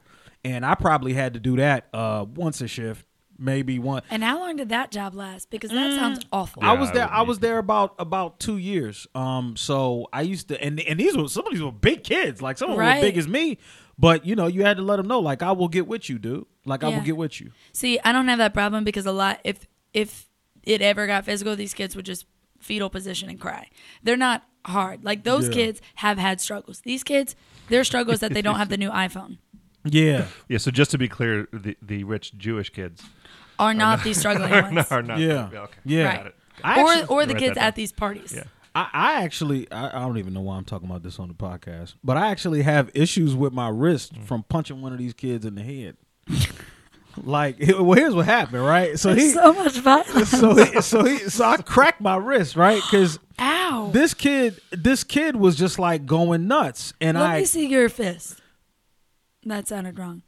Speaker 3: And I probably had to do that uh, once a shift, maybe one.
Speaker 1: And how long did that job last? Because that sounds awful.
Speaker 3: Mm. I was
Speaker 4: I
Speaker 3: there.
Speaker 4: would
Speaker 3: I,
Speaker 4: need
Speaker 3: was there about about two years. Um, so I used to, and and these were some of these were big kids. Like some of them
Speaker 1: Right.
Speaker 3: were big as me, but you know, you had to let them know, like I will get with you, dude. Like I
Speaker 1: Yeah.
Speaker 3: will get with you.
Speaker 1: See, I don't have that problem because a lot if if it ever got physical, these kids would just fetal position and cry. They're not hard. Like those
Speaker 3: Yeah.
Speaker 1: kids have had struggles. These kids, their struggle is that they don't have the new iPhone.
Speaker 3: Yeah.
Speaker 4: Yeah, so just to be clear, the, the rich Jewish kids
Speaker 3: [LAUGHS]
Speaker 1: Are not these struggling
Speaker 4: [LAUGHS] are
Speaker 1: ones.
Speaker 4: not. Are not
Speaker 3: Yeah.
Speaker 4: okay.
Speaker 3: Yeah.
Speaker 1: Right.
Speaker 4: Got it.
Speaker 3: I
Speaker 1: or
Speaker 3: actually-
Speaker 1: or the
Speaker 4: Write
Speaker 1: kids
Speaker 4: that down.
Speaker 1: at these parties.
Speaker 4: Yeah.
Speaker 3: I, I actually I, I don't even know why I'm talking about this on the podcast, but I actually have issues with my wrist from punching one of these kids in the head. [LAUGHS] like, [LAUGHS] it- well, here's what happened, right? So he,
Speaker 1: So much violence.
Speaker 3: so he, so he, so I cracked my wrist, right? Because
Speaker 1: Ow.
Speaker 3: this kid, this kid was just like going nuts, and
Speaker 1: Let
Speaker 3: I,
Speaker 1: me see your fist. That sounded wrong.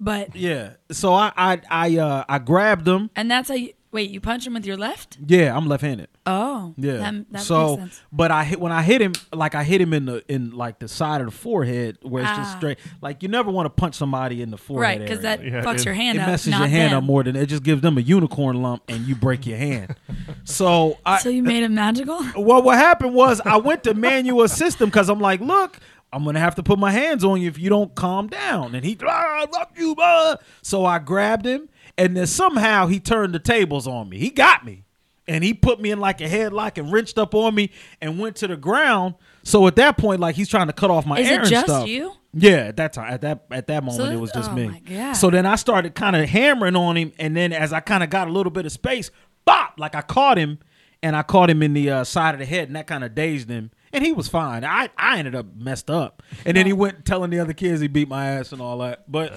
Speaker 1: But
Speaker 3: yeah. So I, I, I, uh, I grabbed him.
Speaker 1: and that's how you wait, you punch him with your left?
Speaker 3: Yeah, I'm left-handed.
Speaker 1: Oh.
Speaker 3: Yeah.
Speaker 1: That, that
Speaker 3: so,
Speaker 1: makes sense.
Speaker 3: but I hit when I hit him, like I hit him in the in like the side of the forehead, where it's
Speaker 1: Ah.
Speaker 3: just straight. Like you never want to punch somebody in the forehead,
Speaker 1: Right, because
Speaker 3: area.
Speaker 1: that
Speaker 4: Yeah,
Speaker 1: fucks
Speaker 4: it-
Speaker 1: your hand
Speaker 3: it
Speaker 1: up.
Speaker 3: messes
Speaker 1: not
Speaker 3: your hand
Speaker 1: them.
Speaker 3: up more than it just gives them a unicorn lump, and you break your hand. so I.
Speaker 1: [LAUGHS] So you made him
Speaker 3: [LAUGHS]
Speaker 1: magical?
Speaker 3: well, what happened was I went to manual system because I'm like, look, I'm gonna have to put my hands on you if you don't calm down. And he, "Ah, I love you, ah." so I grabbed him, and then somehow he turned the tables on me. He got me, and he put me in like a headlock and wrenched up on me and went to the ground. So at that point, like he's trying to cut off my
Speaker 1: Is it
Speaker 3: air and
Speaker 1: just
Speaker 3: stuff.
Speaker 1: you?
Speaker 3: Yeah, at that time, at that at that moment,
Speaker 1: So-
Speaker 3: it was just
Speaker 1: oh
Speaker 3: me.
Speaker 1: my God.
Speaker 3: So then I started kind of hammering on him, and then as I kind of got a little bit of space, bop, like I caught him, and I caught him in the uh, side of the head, and that kind of dazed him, and he was fine. I I ended up messed up, and then he went telling the other kids he beat my ass and all that. But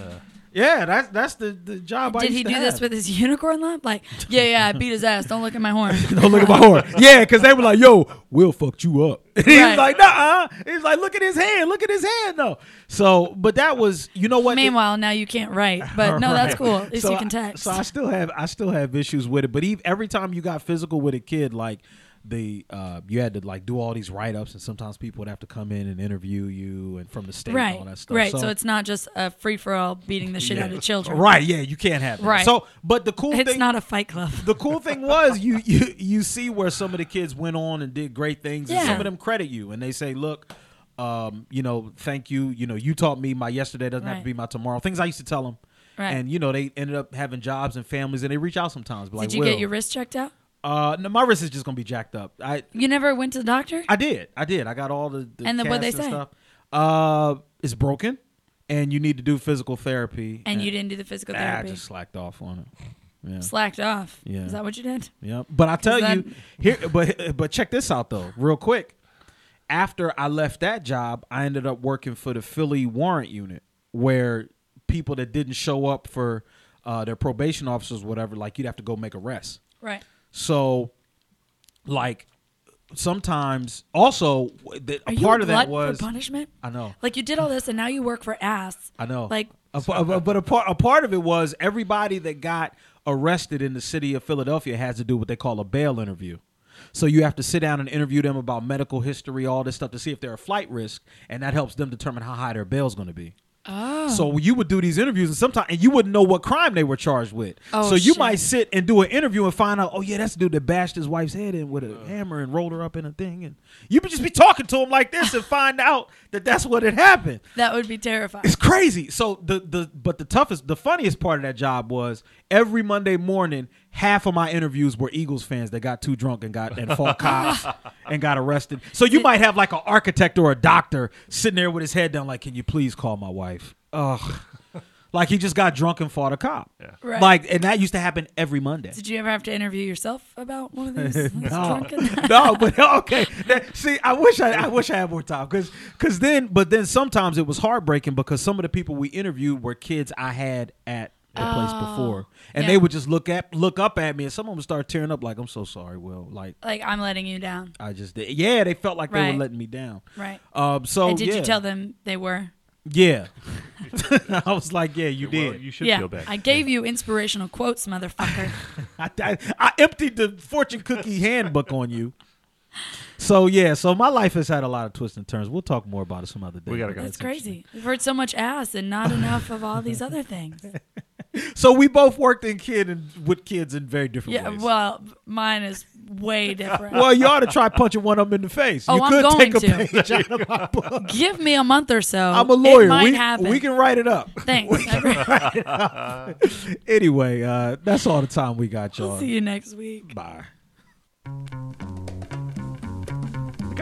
Speaker 3: yeah, that's that's the the job. I
Speaker 1: Did
Speaker 3: used
Speaker 1: he
Speaker 3: to
Speaker 1: do this
Speaker 3: have.
Speaker 1: with his unicorn lump?
Speaker 3: [LAUGHS]
Speaker 1: Like, yeah, yeah, I beat his ass. Don't look at my horn.
Speaker 3: Don't look at my horn. Yeah, because they were like, "Yo, Will fucked you up." [LAUGHS] And he was
Speaker 1: Right.
Speaker 3: like, "Nah." He was like, "Look at his hand. Look at his hand, though." So, but that was, you know
Speaker 1: [LAUGHS]
Speaker 3: what?
Speaker 1: Meanwhile, now you can't write, but no, that's cool. At least
Speaker 3: so
Speaker 1: you can
Speaker 3: I,
Speaker 1: text.
Speaker 3: so I still have I still have issues with it. But ev every time you got physical with a kid, like the uh, you had to like do all these write ups, and sometimes people would have to come in and interview you and from the state
Speaker 1: right,
Speaker 3: and all that stuff.
Speaker 1: right. So, it's not just a free for all beating the shit out of children.
Speaker 3: right. Yeah, you can't have that.
Speaker 1: Right.
Speaker 3: So, but the
Speaker 1: [LAUGHS]
Speaker 3: cool
Speaker 1: It's
Speaker 3: thing
Speaker 1: not a fight
Speaker 3: [LAUGHS]
Speaker 1: club.
Speaker 3: the cool thing was you you you see where some of the kids went on and did great things and
Speaker 1: Yeah.
Speaker 3: some of them credit you and they say look um, you know thank you you know you taught me my yesterday doesn't have to
Speaker 1: Right.
Speaker 3: be my tomorrow things i used to tell them
Speaker 1: Right.
Speaker 3: and you know they ended up having jobs and families and they reach out sometimes but like
Speaker 1: Did you
Speaker 3: "Will,
Speaker 1: get your wrist checked out?
Speaker 3: uh no, my wrist is just gonna be jacked up i
Speaker 1: You never went to the doctor?
Speaker 3: i did i did i got all the, the
Speaker 1: And then what'd they
Speaker 3: casts and
Speaker 1: say?
Speaker 3: stuff uh it's broken and you need to do physical therapy
Speaker 1: and you didn't do the physical
Speaker 3: i
Speaker 1: therapy.
Speaker 3: just slacked off on it
Speaker 1: Slacked off.
Speaker 3: Yeah.
Speaker 1: Is that what you did?
Speaker 3: Yeah, but I tell you
Speaker 1: then-
Speaker 3: here, but but check this out though, real quick. After I left that job, I ended up working for the Philly Warrant Unit, where people that didn't show up for uh, their probation officers, whatever, like you'd have to go make arrests.
Speaker 1: Right.
Speaker 3: So, like sometimes, also the,
Speaker 1: Are
Speaker 3: a
Speaker 1: you a
Speaker 3: part of that
Speaker 1: glutton
Speaker 3: was
Speaker 1: for punishment?
Speaker 3: I know.
Speaker 1: Like you did all this, and now you work for ass.
Speaker 3: I know.
Speaker 1: Like [LAUGHS]
Speaker 3: a, pa- a- but a part a part of it was everybody that got arrested in the city of Philadelphia has to do what they call a bail interview. So you have to sit down and interview them about medical history, all this stuff to see if they're a flight risk, and that helps them determine how high their bail's going to be. Oh. So you would do these interviews, and sometimes and you wouldn't know what crime they were charged with.
Speaker 1: Oh,
Speaker 3: so you
Speaker 1: shit.
Speaker 3: might sit and do an interview and find out, oh yeah, that's the dude that bashed his wife's head in with a hammer and rolled her up in a thing, and you would just be talking to him like this and find out that that's what had happened.
Speaker 1: that would be terrifying. [LAUGHS]
Speaker 3: It's crazy. So the the but the toughest, the funniest part of that job was every Monday morning, half of my interviews were Eagles fans that got too drunk and got and fought cops and got arrested. So you might have like an architect or a doctor sitting there with his head down, like, "Can you please call my wife?" Ugh. Like he just got drunk and fought a cop.
Speaker 1: Right.
Speaker 3: Like, and that used to happen every Monday.
Speaker 1: Did you ever have to interview yourself about one of
Speaker 3: [LAUGHS]
Speaker 1: these? these
Speaker 3: No,
Speaker 1: drunken-
Speaker 3: no, but okay. That- See, I wish I, I wish I had more time because because then, but then sometimes it was heartbreaking because some of the people we interviewed were kids I had at the place before, and
Speaker 1: Oh, yeah.
Speaker 3: they would just look at look up at me, and some of them start tearing up like, "I'm so sorry, Will." Like
Speaker 1: like I'm letting you down.
Speaker 3: I just did. Yeah, they felt like they
Speaker 1: Right.
Speaker 3: were letting me down.
Speaker 1: Right.
Speaker 3: Um. So
Speaker 1: and did
Speaker 3: yeah.
Speaker 1: you tell them they were?
Speaker 3: Yeah. [LAUGHS] I was like, "Yeah, you
Speaker 4: Well,
Speaker 3: did."
Speaker 4: you should
Speaker 1: yeah.
Speaker 4: feel bad.
Speaker 1: I gave you inspirational quotes,
Speaker 3: [LAUGHS]
Speaker 1: motherfucker.
Speaker 3: I, I, I emptied the fortune cookie handbook on you. So yeah, so my life has had a lot of twists and turns. We'll talk more about it some other day.
Speaker 4: We gotta go.
Speaker 1: That's crazy. We've heard so much ass and not enough of all these other
Speaker 3: [LAUGHS]
Speaker 1: things.
Speaker 3: So we both worked in kid and with kids in very different
Speaker 1: Yeah,
Speaker 3: ways.
Speaker 1: well, mine is way different.
Speaker 3: Well, you ought to try punching one of them in the face.
Speaker 1: Oh,
Speaker 3: you
Speaker 1: I'm
Speaker 3: could
Speaker 1: going
Speaker 3: take a
Speaker 1: to.
Speaker 3: page out of
Speaker 4: [LAUGHS]
Speaker 3: my book.
Speaker 1: Give me a month or so.
Speaker 3: I'm a lawyer.
Speaker 1: It might
Speaker 3: we,
Speaker 1: happen.
Speaker 3: we can write it up. [LAUGHS]
Speaker 1: Thanks.
Speaker 3: Anyway, uh, that's all the time we got, y'all.
Speaker 1: See you next week.
Speaker 3: Bye.
Speaker 4: The